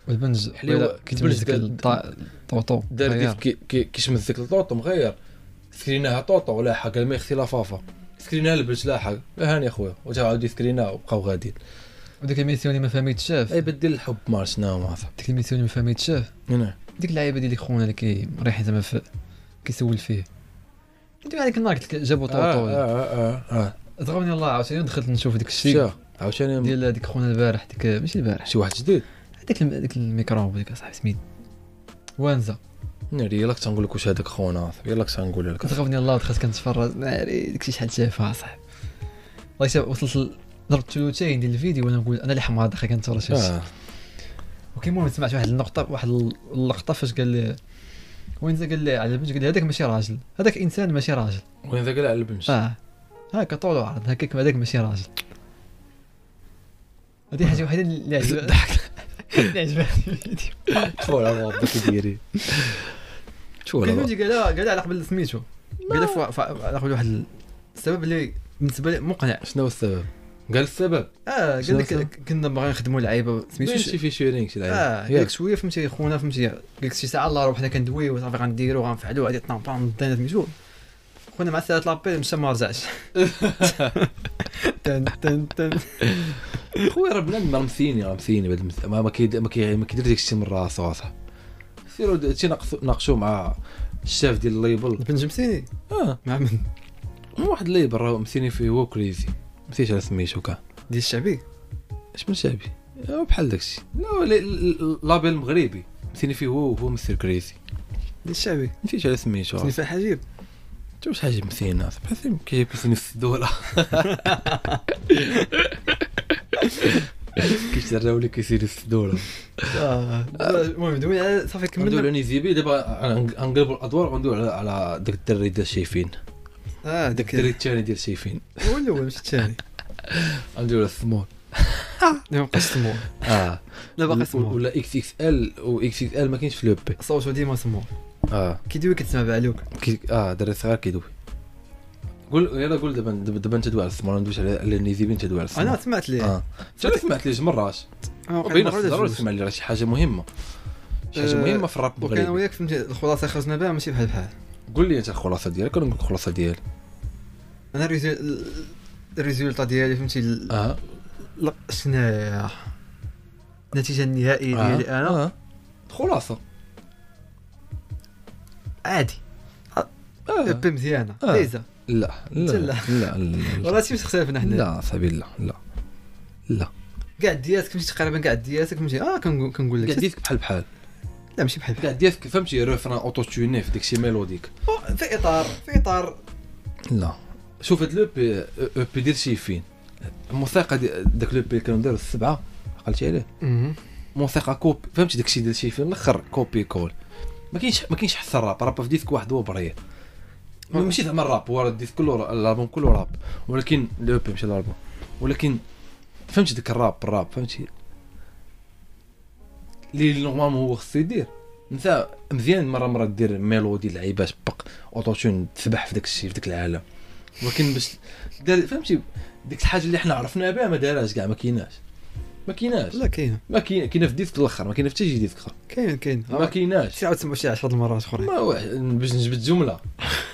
S2: والبنز
S1: حليوة
S2: ولا كيتبنز
S1: البنز
S2: ديك الطا- الطوطو
S1: دار
S2: غير.
S1: ديف كي كي كيشمس ديك الطوطو مغير سكريناها طوطو لاحق قال ما يختي لافافا سكريناها البنت لاحق هاني اخويا وجا عاودي سكريناها وبقاو غاديين
S2: وديك الميسيون اللي ما فهم يتشاف
S1: اي بدل الحب ما شناهم هذا
S2: ديك الميسيون اللي ما فهم يتشاف
S1: هنا
S2: ديك اللعيبه ديال خونا اللي كيريح زعما في كيسول فيه ديك هذيك النهار قلت لك جابو
S1: آه آه
S2: طوطو
S1: آه آه آه
S2: ضربني الله عاوتاني دخلت نشوف ديك الشيء
S1: شا عاوتاني
S2: ديال ديك خونا البارح ديك ماشي البارح
S1: شي واحد جديد
S2: ديك الم- ديك الميكروب ديك اصاحبي سميت وانزا
S1: ناري يلاك تنقول لك واش هذاك خونا يلاك تنقول لك
S2: كتغفني الله ودخلت كنتفرج ناري ديك شي شحال تافهه اصاحبي الله يسامح وصلت ل- ضربت ثلثين ديال الفيديو وانا نقول انا اللي حمار دخل كنتفرج في هادشي.
S1: آه.
S2: اوكي المهم سمعت واحد النقطة واحد اللقطة فاش قال لي وين ذا قال لي على البنت قال لي هذاك ماشي راجل هذاك انسان ماشي راجل
S1: وين ذاك على البنج
S2: اه هاكا طول وعرض هكاك هذاك ماشي راجل هذه حاجة وحيدة اللي عجبتني اللي عجبتني في الفيديو
S1: شوف على الوضع كيديري شوف على
S2: كان
S1: الوضع
S2: فهمتي قال قال على قبل سميتو قال ف- ف- على قبل واحد السبب اللي بالنسبة لي مقنع
S1: شنو هو السبب قال السبب إيه.
S2: اه قال
S1: شنو هو؟
S2: لك كنا باغيين نخدموا لعيبة سميتو
S1: ماشي آه، في شيرينغ شي لعيبة.
S2: اه قال
S1: ياك.
S2: لك شويه فهمتي خونا فهمتي قال لك شي ساعه الله روحنا كندويو صافي غنديرو غنفعلو غادي طنطا ندينا سميتو خونا مع سالات لابيل مشى ما رجعش تن تن تن
S1: خويا راه بنادم راه مثيني راه مثيني بعد المث- ما ما كيد- ما كي- ما كيدير داك الشيء من راسو اصاحبي سيرو د- شي ناقص- ناقشوه مع الشاف ديال الليبل
S2: بن جمسيني
S1: اه
S2: مع من
S1: من واحد الليبل راه مثيني فيه هو كريزي نسيت على سميتو كان
S2: ديال الشعبي
S1: اش من شعبي آه، بحال داك الشيء لا ل- ل- لابيل مغربي مثيني فيه هو هو مستر كريزي
S2: ديال الشعبي
S1: نسيت على سميتو
S2: سمي فيها حجيب
S1: انت واش حاجه مثينه بحال كيجيب مثيني في الدوله كيتسراو لك كيسيروا السدوله
S2: آه، المهم دوي على- صافي
S1: ندوي على
S2: كملنا
S1: نيزيبي دابا غن- غنقلبوا الادوار وندوي على على داك الدري ديال شايفين
S2: اه
S1: داك
S2: داك
S1: الدري الثاني ديال شايفين
S2: هو الاول ماشي الثاني
S1: غندوي على الثمور
S2: دابا بقى سمو
S1: اه
S2: لا باقي سمو
S1: ولا اكس اكس ال و اكس اكس ال ما كاينش في لو بي
S2: صوتو ديما سمو
S1: اه
S2: كيدوي كتسمع بعلوك
S1: كي اه دري صغار كيدوي قول يلا قول دابا دابا دابا انت تدوي على الثمور ندويش على على النيزيبي انت تدوي على الثمور
S2: انا سمعت ليه
S1: اه انت ما سمعتليش مرات
S2: أنا واقع
S1: بين
S2: مرة ولا
S1: ضروري
S2: جوج.
S1: تسمع لي راه شي حاجه مهمه شي حاجه
S2: آه،
S1: مهمه في الراب
S2: وكان
S1: المغربي
S2: وياك فهمتي الخلاصه اللي خرجنا بها ماشي بحال بحال
S1: قول لي انت الخلاصه ديالك ولا نقول لك الخلاصه ديالي
S2: انا الريزول- ال- الريزولتا ديالي فهمتي ال-
S1: اه
S2: لا، شنو هي؟ النتيجه النهائيه
S1: آه،
S2: ديالي انا
S1: آه. خلاصه
S2: عادي
S1: آه.
S2: بي مزيانه
S1: آه.
S2: ليزا
S1: لا لا
S2: لا.
S1: لا لا
S2: والله شي باش اختلفنا حنا
S1: لا صاحبي لا لا لا
S2: كاع دياتك فهمتي تقريبا كاع دياتك فهمتي اه كنقول كنقول
S1: كاع
S2: لك
S1: ديالك بحال بحال
S2: لا ماشي بحال بحال
S1: كاع ديالك فهمتي ريفران اوتو تيوني في داكشي ميلوديك
S2: أو في اطار في اطار
S1: لا شوف هاد لو بي او بي ديال شيفين الموسيقى دي- داك لو بي اللي كانوا داروا السبعه عقلتي عليه موسيقى كوبي فهمتي داكشي ديال شي فيلم الاخر كوبي كول ما كاينش ما كاينش حس الراب راب في ديسك واحد هو بريء ماشي زعما الراب هو راه الديسك كله را- الالبوم كله راب ولكن E لو بي ماشي الالبوم ولكن فهمتي داك الراب الراب فهمتي اللي نورمالمون هو خصو يدير انت مزيان مره مره دير ميلودي لعيبات بق اوتوتون تسبح في داك الشيء في داك العالم ولكن باش دار فهمتي ديك الحاجه اللي حنا عرفناها بها ما دارهاش كاع ما كايناش ما كايناش
S2: لا كاين
S1: ما كاين كاين في ديسك الاخر ما كاين في حتى شي ديسك اخر
S2: كاين كاين
S1: ما كايناش
S2: شي عاود تسمعوا شي 10 المرات اخرين
S1: ما واحد باش نجبد جمله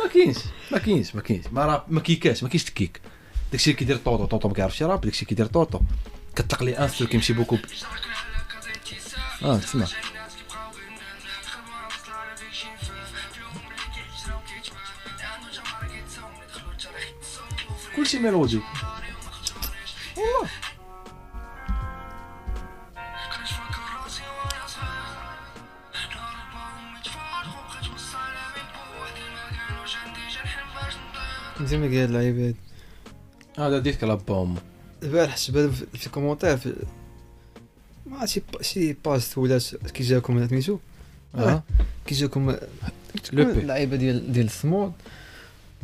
S1: ما كاينش ما كاينش ما كاينش ما راه ما كيكاش ما كاينش الكيك داكشي اللي كيدير طوطو طوطو ما كيعرفش يراب داكشي اللي كيدير طوطو كتطلق لي ان سول كيمشي بوكو ب- اه تسمع كلشي ميلودي والله
S2: مزيان ما قال اللعيبه هادي.
S1: هذا ديسك لا بوم
S2: البارح شباب في في الكومونتير في ما عرفت شي با- شي باست ولا ش- كي جاكم سميتو
S1: اه
S2: كي جاكم
S1: لو بي.
S2: اللعيبه ديال ديال السمود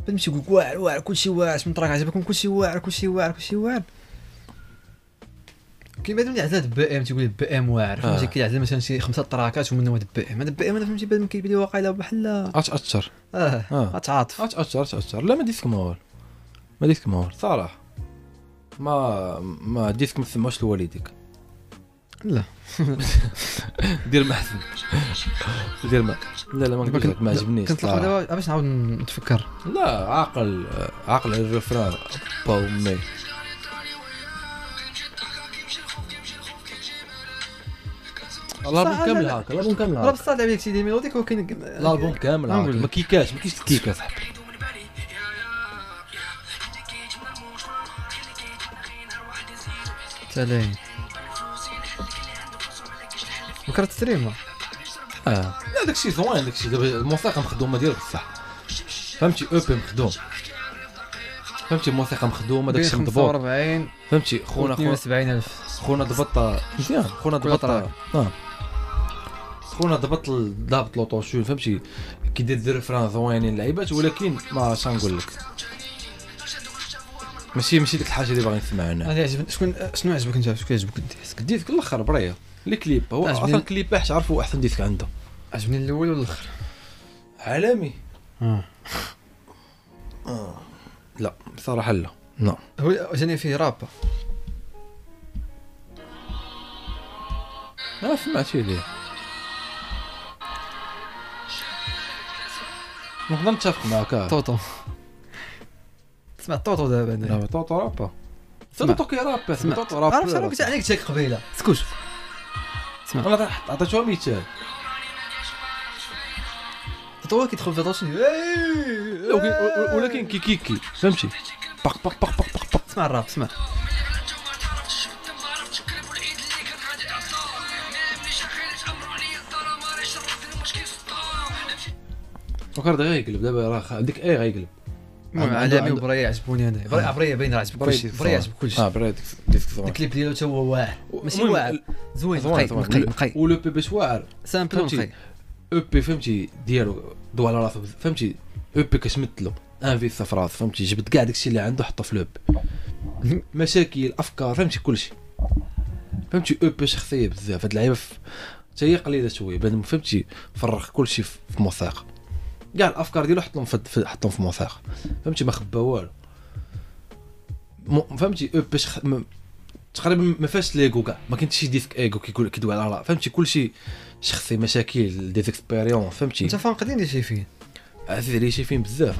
S2: بدا يمشي يقول لك واعر واعر كلشي واعر شمن تراك عجبكم كلشي واعر كلشي واعر كلشي واعر كاين بعد اللي عزاد بي ام تيقول لي بي ام واعر فهمتي
S1: آه.
S2: كيعزل مثلا شي خمسه تراكات ومنهم هاد بي ام هاد بي ام انا فهمتي بان كيبان لي واقيلا بحال
S1: اتاثر
S2: اه
S1: اه
S2: غتعاطف
S1: اتاثر اتاثر لا ما ديسك مول ما ديسك مول صراحه ما ما ديسك ما تسمعوش لوالديك
S2: لا
S1: دير ما احسن دير ما لا لا ما
S2: دابا
S1: نقولش لك، ما عجبنيش
S2: كنطلق
S1: صراحة.
S2: دابا باش نعاود نتفكر
S1: لا عاقل عاقل الرفران با ومي الالبوم
S2: صح،
S1: كامل
S2: لا، لا.
S1: هاك الالبوم كامل
S2: راه
S1: هاك
S2: بصح لعب لك سيدي ميلوديك ولكن
S1: الالبوم كامل هاك
S2: نقول لك.
S1: ما كيكاش ما كاينش الكيك اصاحبي
S2: تلاين بكره تستريم
S1: اه لا داكشي زوين داكشي دابا الموسيقى مخدومه ديال بصح فهمتي او بي مخدوم فهمتي الموسيقى مخدومه داكشي مضبوط
S2: 45
S1: فهمتي خونا خونا
S2: 72000
S1: خونا ضبط مزيان خونا
S2: كل
S1: ضبط
S2: طراك.
S1: اه خونا ضبط ال- ضابط لوطوشون فهمتي كيدير دير فران زوينين اللعيبات ولكن ما شنو نقول لك ماشي ماشي ديك الحاجه اللي باغي نسمعها انا
S2: انا عجبني شكون شنو عجبك انت شكون عجبك الديسك
S1: ديسك الاخر بريه لي كليب هو
S2: عجبني-
S1: اصلا كليب حيت عارفو احسن ديسك عنده
S2: عجبني الاول ولا الاخر
S1: عالمي
S2: آه.
S1: لا بصراحه لا لا
S2: هو جاني فيه راب
S1: ما سمعتش ليه نقدر نتفق معك آه.
S2: طوطو تسمع طوطو دابا
S1: لا
S2: انا
S1: ما توتو رابا
S2: سمع.
S1: توتو كي رابا
S2: سمع.
S1: توتو
S2: عرفت شنو
S1: رابا
S2: قلت عليك تاك قبيله سكوت
S1: انا تحت- عطيتوها مثال
S2: طوطو كيدخل في طوشن
S1: لا، ولكن- ول- ولكن كي كيكي فهمتي باق باق باق باق باق باق
S2: اسمع الراب اسمع
S1: وكرد غيقلب دابا راه خ- ديك اي غيقلب
S2: المهم
S1: عنده-
S2: عالمي
S1: عنده-
S2: وبريا عجبوني انا بريا بريا باين راه عجبك كلشي بريا عجبك كلشي
S1: اه بريا ديك ديسك صغير
S2: الكليب ديالو تا هو واعر ماشي واعر زوين نقي نقي نقي
S1: ولو بي باش واعر
S2: سامبل
S1: فهمتي؟
S2: ونقي
S1: او بي فهمتي ديالو دو على راسو فهمتي او بي كتمثلو ان في صفرات فهمتي جبد كاع داكشي اللي عنده حطه في لوب مشاكل افكار فهمتي كلشي فهمتي او بي شخصيه بزاف هاد اللعيبه ف- حتى هي قليله شويه بان فهمتي فرغ كلشي في في موثاق كاع الافكار ديالو حطهم في- في حطهم في موثاق فهمتي ما خبا والو م- فهمتي او بي شخ... م... تقريبا ما فيهاش ليغو كاع ما كاينش شي ديسك ايغو كيقول كيدوي على راه فهمتي كلشي شخصي مشاكل ديزيكسبيريونس فهمتي
S2: انت فاهم قديم اللي شايفين
S1: عزيز عليه شايفين بزاف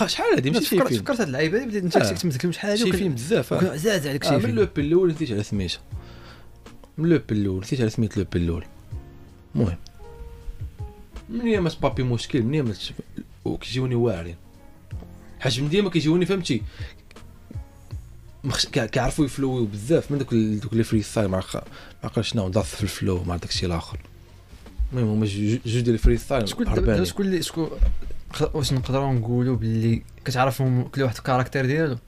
S1: قا- شحال هادي ماشي
S2: فكرت
S1: شايفين
S2: فكرت هاد اللعيبه اللي بديت انت
S1: آه.
S2: كنت متذكر شحال هادي
S1: شايفين
S2: وكان-
S1: بزاف
S2: وكان
S1: آه.
S2: عزاز عليك
S1: آه، من
S2: شايفين
S1: لوب الاول نسيت على سميتها من لوب الاول نسيت على سميت لوب الاول المهم منين ما بابي مشكل منين ما تش- وكيجيوني واعرين حجم ديما كيجيوني فهمتي مخش... كا- كيعرفوا يفلويو بزاف من دوك ال- دوك لي فري ستايل مع خ- ما عقل شنو ضعف في الفلو مع داكشي الاخر المهم هما جو- جوج ديال الفري ستايل
S2: شكون
S1: هربانين
S2: دابا- شكون اللي شكون خ- واش نقدروا نقولوا باللي كتعرفهم كل واحد الكاركتير ديالو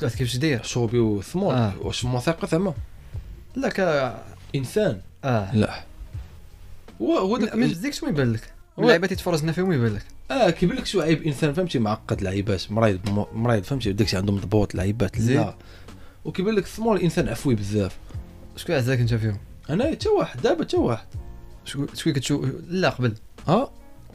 S2: كل واحد كيفاش داير
S1: شوبي وثمون
S2: آه.
S1: واش موثقه ثما
S2: لا ك آه.
S1: انسان
S2: اه
S1: لا هو هو
S2: من
S1: داك
S2: من ديك شنو يبان لك
S1: هو-
S2: اللعيبه اللي تفرجنا فيهم يبان لك
S1: اه كيبان لك شو عيب انسان فهمتي معقد لعيبات مريض م- مريض فهمتي داكشي عندهم ضبوط لعيبات
S2: زين.
S1: لا وكيبان لك ثمون الانسان عفوي بزاف
S2: شكون عزاك انت فيهم
S1: انا حتى واحد دابا حتى واحد
S2: شكون شكون كتشوف لا قبل
S1: ها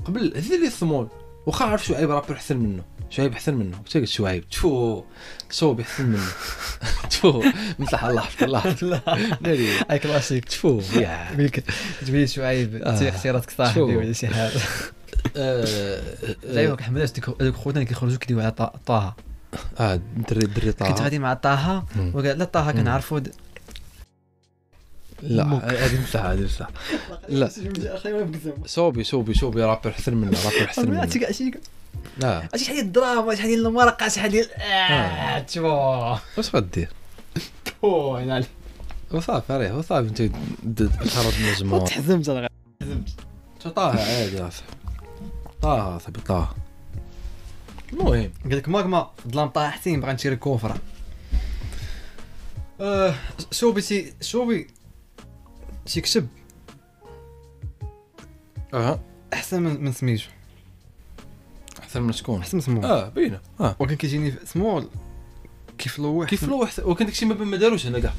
S1: قبل هذا اللي ثمون واخا عارف شعيب رابر احسن منه شعيب احسن منه حتى قلت شعيب تفو صوب احسن منه تفو مصلح الله يحفظك الله يحفظك
S2: لا
S1: ناري.
S2: اي كلاسيك
S1: تفو يا
S2: قلت تبين شعيب
S1: آه.
S2: تي اختياراتك صاحبي
S1: شوف.
S2: ولا شي حاجه زعما
S1: آه، ايوا
S2: ما كنحملهاش ديك ديك خوتنا اللي كيخرجوا كيديروا على طه- طه
S1: اه الدري الدري طه
S2: كنت غادي مع طه
S1: مم.
S2: وقال لا طه
S1: مم.
S2: كنعرفو د-
S1: لا
S2: أمك.
S1: هذه مصح هذه مصح لا. صوبي صوبي صوبي رابر احسن منه رابر احسن منه
S2: عرفتي كاع شي
S1: لا
S2: عرفتي شحال ديال الدراما شحال ديال المرقه شحال ديال آه،
S1: آه.
S2: تشوا
S1: واش غدير
S2: بو، هنا عليك.
S1: وصافي راه وصافي انت تهرب من الجمهور
S2: تحزمت انا
S1: شو طه عادي اصاحبي طه اصاحبي طه المهم
S2: قال لك ماغما ظلام طه حسين بغا نشري كوفره آه، شوبي سي شوبي تيكتب
S1: اه
S2: احسن من من سميتو
S1: احسن من شكون
S2: احسن من سمول
S1: اه باينه اه
S2: ولكن آه، كيجيني سمول كيف لوح
S1: كيف لو أحسن- وكان داكشي ما ما داروش هنا كاع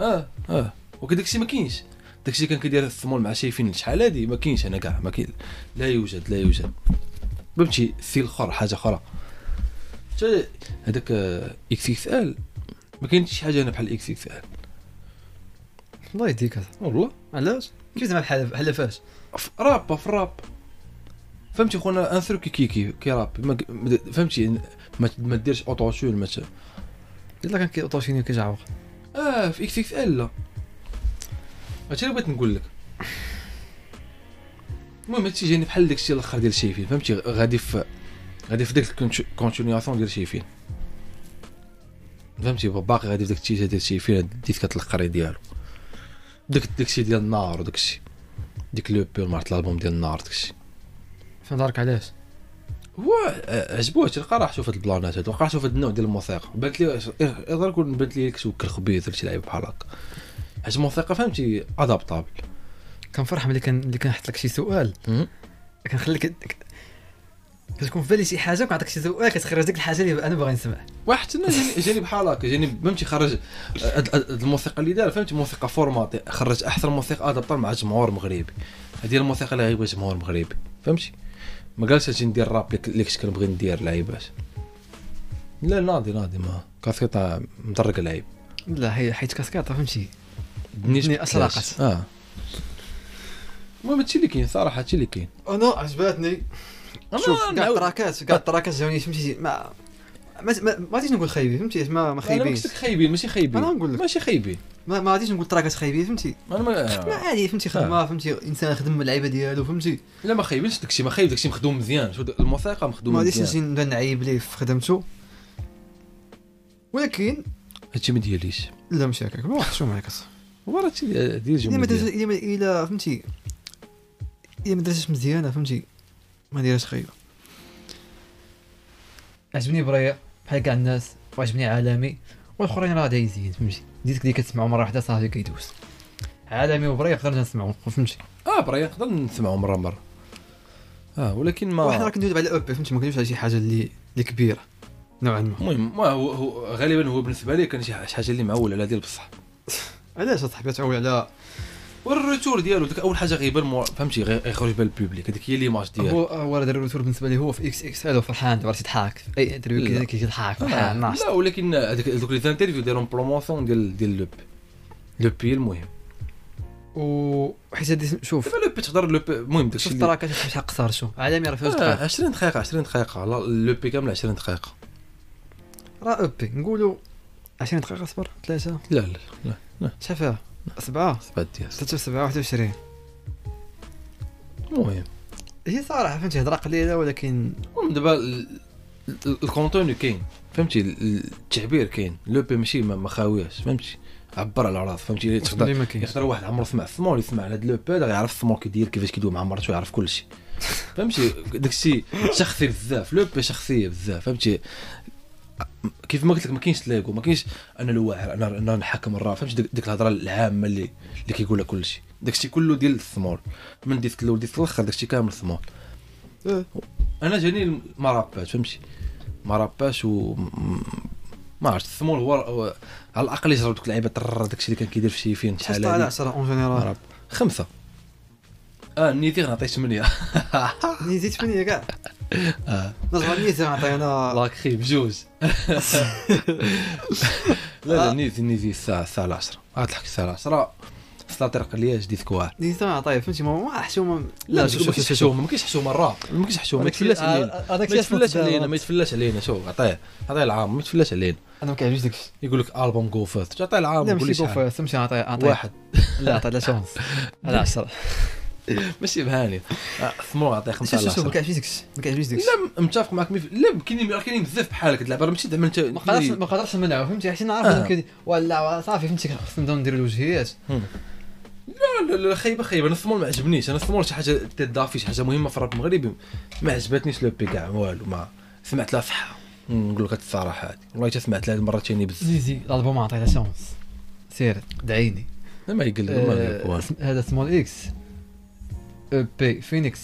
S1: اه اه وكان داكشي ما كاينش داكشي كان كيدير الثمول مع شايفين شحال هادي ما كاينش هنا كاع ما كاين لا يوجد لا يوجد فهمتي ستيل اخر حاجه اخرى حتى هذاك اكس اكس ال ما كاينش شي حاجه هنا بحال اكس اكس ال
S2: الله يديك هذا
S1: والله
S2: علاش كيف زعما بحال بحال فاش
S1: في راب في راب فهمتي خونا ان ثرو كي كيكي كي راب ما ك- ما د- فهمتي ما, ما ديرش اوتوتيون ما ت-
S2: الا كان كيطوشيني وكيجعوق
S1: اه في اكس اكس ال لا هادشي اللي بغيت نقول لك المهم هادشي جاني بحال داكشي الاخر ديال شايفين فهمتي غادي في غادي في ديك الكونتينياسيون ديال شايفين فهمتي باقي غادي في داك التيجه ديال شايفين هاد الديسكات الاخرين ديالو داك داكشي ديال النار وداكشي ديك لو بي مارت الالبوم ديال النار داكشي
S2: فين دارك علاش
S1: هو آه، عجبوه تلقى راح شوف هاد البلانات هادو راح شوف هاد النوع ديال الموسيقى بانت لي يقدر يكون بانت لي كتوكل خبيث ولا شي لعيب بحال هكا حيت الموسيقى فهمتي ادابطابل
S2: كنفرح ملي كان ملي كنحط لك شي سؤال
S1: مم.
S2: كنخليك ك- كتكون في بالي شي حاجه وكنعطيك شي سؤال كتخرج ديك الحاجه اللي انا باغي نسمع
S1: واحد انا جاني جاني بحال هكا جاني فهمتي خرج آه، هاد- هاد الموسيقى اللي دار فهمتي موسيقى فورماتي خرج احسن موسيقى ادابطابل مع الجمهور المغربي هادي هي الموسيقى اللي غيبغي الجمهور المغربي فهمتي ما قالش اجي ندير الراب اللي ك- اللي كنت كنبغي ندير لعيبات لا ناضي ناضي ما كاسكيطه مطرق لعيب
S2: لا هي حيت كاسكاطه فهمتي
S1: الدنيا
S2: الدنيا
S1: تبدلات.
S2: أسرقت.
S1: اه المهم هادشي اللي كاين صراحه هادشي اللي كاين
S2: انا عجباتني شوف
S1: أنا
S2: كاع
S1: نعاود-
S2: التراكات كاع التراكات جاوني فهمتي ما ما ما- ما غاديش نقول خايبين فهمتي ما ما
S1: انا ما
S2: خايبينش
S1: قلتلك خايبين ماشي خايبين
S2: أنا نقول لك.
S1: ماشي خايبين
S2: ما ما غاديش نقول تراكات خايبين فهمتي
S1: انا
S2: ما
S1: ما
S2: عادي فهمتي خدمه فهمتي انسان خدم اللعيبه ديالو فهمتي
S1: لا ما خايبينش داكشي ما خايب داكشي مخدوم مزيان شو د- الموسيقى
S2: ما
S1: مخدومه
S2: غاديش
S1: مزيان
S2: نجي نبدا نعيب ليه في خدمته ولكن
S1: هادشي ما دياليش
S2: لا ماشي هكاك ما واحد شو معاك أصاحبي.
S1: هو راه هادشي ديال ديال
S2: الا
S1: الجمهور
S2: ما درتش
S1: ديالي.
S2: الا ما- الا فهمتي الا ما درتش مزيانه فهمتي ما دايرهاش خايبه عجبني بريا بحال كاع الناس وعجبني عالمي والاخرين راه دايزين فهمتي ديسك اللي كتسمعو مره واحده صافي كيدوز عالمي وبرا يقدر نسمعو فهمتي
S1: اه برا نقدر نسمعو مره مره اه ولكن
S2: واحد راه
S1: ما
S2: كندوز على اوبي فهمتي ما كندوزش على شي حاجه اللي اللي كبيره نوعا ما
S1: المهم ما هو, هو غالبا هو بالنسبه لي كان شي شي حاجه اللي معول على ديال بصح
S2: علاش اصاحبي تعول على
S1: والريتور ديالو ديك اول حاجه غيبان مو- فهمتي غي- غيخرج بها البوبليك هذيك هي ليماج ديالو
S2: هو هو راه دار الريتور بالنسبه لي هو في اكس اكس هذا فرحان دابا راه تيضحك اي انترفيو
S1: لا.
S2: كي- كيضحك
S1: آه،
S2: فرحان ناشط
S1: لا ولكن هذوك هذوك لي زانترفيو دايرهم بروموسيون ديال ديال لو بي لو بي المهم
S2: وحيت هادي شوف
S1: دابا لو بي تقدر لو بي المهم داكشي
S2: شوف
S1: اللي-
S2: التراكات شحال قصار شوف عالمي راه فيها جوج
S1: آه
S2: دقائق
S1: 20 دقيقه 20 دقيقه لا، لو بي كامل 20 دقيقه
S2: راه اوبي نقولوا 20 دقيقه صبر ثلاثه
S1: لا لا لا
S2: شحال فيها سبعه
S1: سبعة ديال
S2: 73 21
S1: المهم
S2: هي صراحه فهمتي هضره قليله ولكن
S1: المهم دابا ال- ال- الكونتوني كاين فهمتي ال- التعبير كاين لو بي ماشي ما ما خاويهش فهمتي عبر على راسك فهمتي تقدر
S2: اللي ما كاينش
S1: يقدر واحد عمرو سمع السمول يسمع على هاد لو باد غيعرف السمول كيدير كيفاش كيدوي مع مرته يعرف كل شيء فهمتي داك الشيء شخصي بزاف لو بي شخصيه بزاف فهمتي كيف ما قلت لك ما كاينش ليغو ما كاينش انا الواعر انا انا نحكم الراه فهمتي ديك ديك الهضره العامه اللي اللي كيقولها كل شيء داك الشيء كله ديال السمول من ديسك الاول ديسك الاخر داك الشيء كامل سمول آه.
S2: إيه.
S1: انا جاني ما راباش فهمتي ما راباش و م- ما عرفت السمول هو هو على الاقل يجرب ديك اللعيبه طرر داك الشيء اللي كان كيدير في شي فين
S2: شحال
S1: شحال
S2: طالع
S1: هادي.
S2: صراحه اون جينيرال
S1: راه خمسة اه نيتي غنعطيه ثمانية
S2: نزيد 8 كاع
S1: آه.
S2: نجم نيزي عطينا
S1: لاكخي بجوج لا لا نيتي نيتي الساعة الساعة العشرة غتلحق الساعة العشرة سلاطير قلياش ديسك واعر
S2: نيزي عطيه فهمتي ما ما حشومه
S1: لا
S2: شوف- شوف-
S1: ما كاينش
S2: شوف-
S1: حشومة ما كاينش حشومة الراب ما كاينش حشومة ما
S2: هذاك
S1: يتفلاش
S2: الشيء-
S1: علينا
S2: آه، هذاك
S1: ما
S2: الشيء
S1: يتفلاش
S2: أصلا-
S1: علينا ما يتفلاش علينا شوف عطيه عطيه العام ما يتفلاش علينا
S2: انا ما كيعجبنيش داك الشيء
S1: يقول لك البوم جو فيرست عطيه العام
S2: لا
S1: قول لي
S2: ماشي
S1: شحال
S2: بوفا فهمتي عطيه عطيه
S1: واحد
S2: لا عطيه لا شونس على 10
S1: ماشي بهاني آه، ثمور عطيه خمسة
S2: شوف
S1: على
S2: شوف شوف ما
S1: عشرة
S2: كيعجبنيش داك الشيء ما كيعجبنيش داك الشيء
S1: لا متفق معك ميف... لا كاينين راه كاينين بزاف بحال هكا اللعبه راه ماشي زعما انت
S2: ما قدرتش ما قدرتش نمنعو فهمتي حيت نعرف
S1: آه.
S2: انك كدي- ولا صافي فهمتي خصنا نبداو نديرو الوجهيات
S1: لا لا خايبه خايبه انا الثمول ما عجبنيش انا الثمول شي حاجه تدافي شي حاجه مهمه في الراب المغربي ما عجبتنيش لو بي كاع والو ما سمعت لها صحه نقول لك هاد الصراحه هادي والله حتى سمعت لها المره الثانيه بزاف
S2: زيزي الالبوم عطيه لا شونس سير دعيني
S1: ما يقلب ما يقلب
S2: آه،
S1: والو
S2: اسم- هذا سمول اكس أو بي فينيكس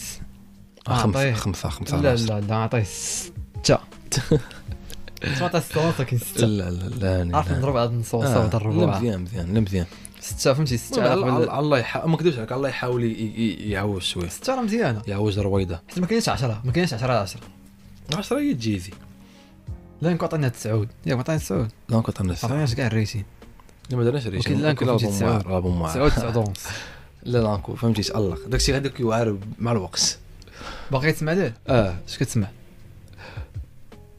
S1: آه، خمسه
S2: أعطيه.
S1: خمسه خمسه
S2: طيب. لا
S1: على عشرة.
S2: لا لا عطيه ستة ما عطيه ستة كاين ستة
S1: لا لا لا لا
S2: عارف
S1: لا.
S2: نضرب عاد نصوص
S1: آه،
S2: صوت
S1: لا
S2: الربع
S1: مزيان مزيان لا مزيان
S2: ستة فهمتي
S1: المهم،
S2: ستة على
S1: الله-
S2: قبل-
S1: الله- الله يحاول ما نكذبش عليك الله يحاول ي- ي- يعوج شويه
S2: ستة راه مزيانة
S1: يعوج رويده
S2: حيت ما كاينش 10 ما كاينش 10 على 10
S1: 10 هي تجيزي
S2: لا يمكن عطينا تسعود ياك عطينا تسعود
S1: لا كنت انا
S2: ما
S1: الساعة.
S2: عطيناش كاع الريتين
S1: لا ما درناش ريشي
S2: وكاين لانكو في جيت سعود.
S1: راه بوم
S2: تسعود تسعود ونص
S1: لا لانكو فهمتي تالق داكشي غادي كيعارب مع الوقت
S2: باغي تسمع ليه
S1: اه
S2: اش كتسمع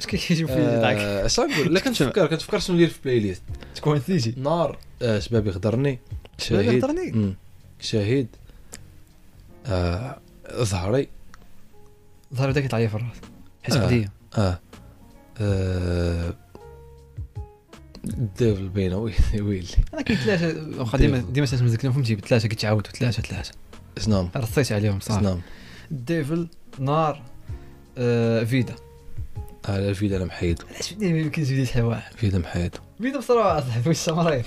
S2: اش كيجيو في داك
S1: آه، اش نقول لا كنتفكر كنتفكر شنو ندير في بلاي ليست
S2: تكون تيجي
S1: نار آه، شبابي غدرني شهيد
S2: غدرني.
S1: مم. شهيد آه، زهري
S2: ظهر داك يطلع لي في الراس حيت
S1: آه.
S2: بديه
S1: اه آه، الديفل باينه ويلي ويلي
S2: انا كاين ثلاثه واخا ديما
S1: ديفل.
S2: ديما تنزكلهم فهمتي بثلاثه كيتعاودوا ثلاثه ثلاثه
S1: سنام
S2: رصيت عليهم صراحه
S1: سنام
S2: ديفل نار آه، فيدا
S1: آه، لا الفيدا انا محيدو
S2: علاش بدي ما يمكنش فيدا شحال واحد
S1: الفيدا محيدو
S2: فيدا بصراحه اصاحبي واش مريض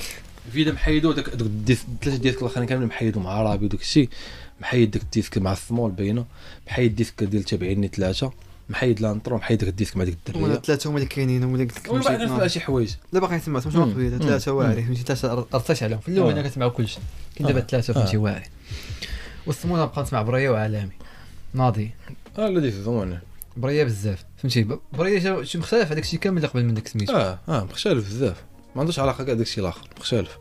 S1: الفيدا محيدو داك داك الديس- ثلاثه ديالك الاخرين كاملين محيدو مع رابي وداك الشيء محيد داك الديسك مع السمول باينه محيد ديسك ديال تابعيني ثلاثه محيد لانترو محيد داك الديسك مع ديك
S2: ولا
S1: الدريه
S2: ثلاثه هما اللي كاينين هما اللي قلت لك
S1: ومن بعد نسمع
S2: مشيت
S1: شي حوايج
S2: لا باقي نسمع فهمتي
S1: مم.
S2: واقف فيدا
S1: مم.
S2: ثلاثه واعرين فهمتي ثلاثه رصيت عليهم في
S1: آه.
S2: الاول انا كنسمعوا كلشي كاين دابا
S1: آه.
S2: ثلاثه فهمتي واعرين والصمونه بقى نسمع بريه وعالمي ناضي
S1: اه لا ديك زمان
S2: بريه بزاف فهمتي ب- بريه جا- شي مختلف على داكشي كامل اللي قبل من داك سميتو
S1: اه اه مختلف بزاف ما عندوش علاقه كاع داكشي الاخر مختلف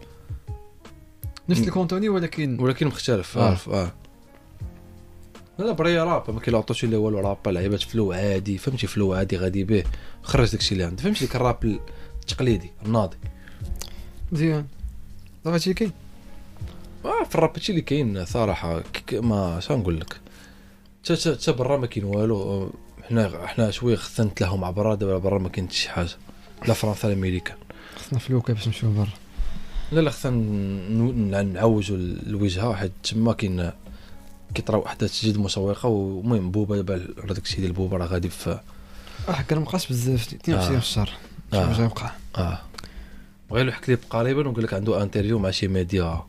S2: نفس الكونتوني ولكن
S1: ولكن مختلف
S2: آه.
S1: عارف اه لا لا بريا راب ما كيلعطوش اللي والو راب لعيبات فلو عادي فهمتي فلو عادي غادي به خرج داكشي اللي عنده فهمتي ديك الراب التقليدي الناضي
S2: مزيان دابا هادشي كاين
S1: اه في الراب هادشي اللي كاين صراحه ك- ك- ما اش نقول لك تا تا تا برا ما كاين والو آه، حنا حنا شويه خصنا نتلاهو مع برا دابا برا ما كاين حتى شي حاجه لا فرنسا لا امريكا
S2: خصنا فلوكه باش نمشيو برا
S1: لا لا خصنا نو- نع- نعوجوا الوجهه حيت تما كاين كيطراو احداث جد مشوقه ومهم بوبا دابا راه داكشي ديال بوبا راه غادي في
S2: آه، اه كان مبقاش بزاف 22
S1: آه.
S2: في الشهر
S1: آه.
S2: شوف واش غيبقى
S1: اه غير لوح كليب قريبا وقال لك عنده انترفيو مع شي ميديا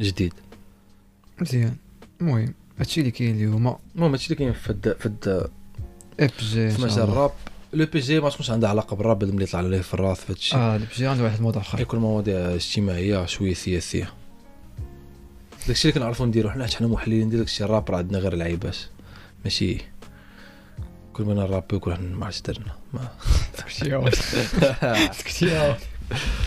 S1: جديد
S2: مزيان المهم هادشي اللي كاين اليوم
S1: المهم هادشي اللي كاين في هاد في هاد
S2: اف جي
S1: في مجال الراب لو بي جي ما تكونش عندها علاقه بالراب اللي طلع عليه في الراس في هادشي
S2: اه الاف جي عنده واحد الموضوع اخر
S1: كيكون مواضيع اجتماعيه شويه سياسيه داكشي اللي كنعرفو نديرو حنا حيت حنا محللين ديال داكشي الراب راه عندنا غير لعيبات ماشي كل ما نرابي وكل ما عرفتش درنا ما
S2: سكتي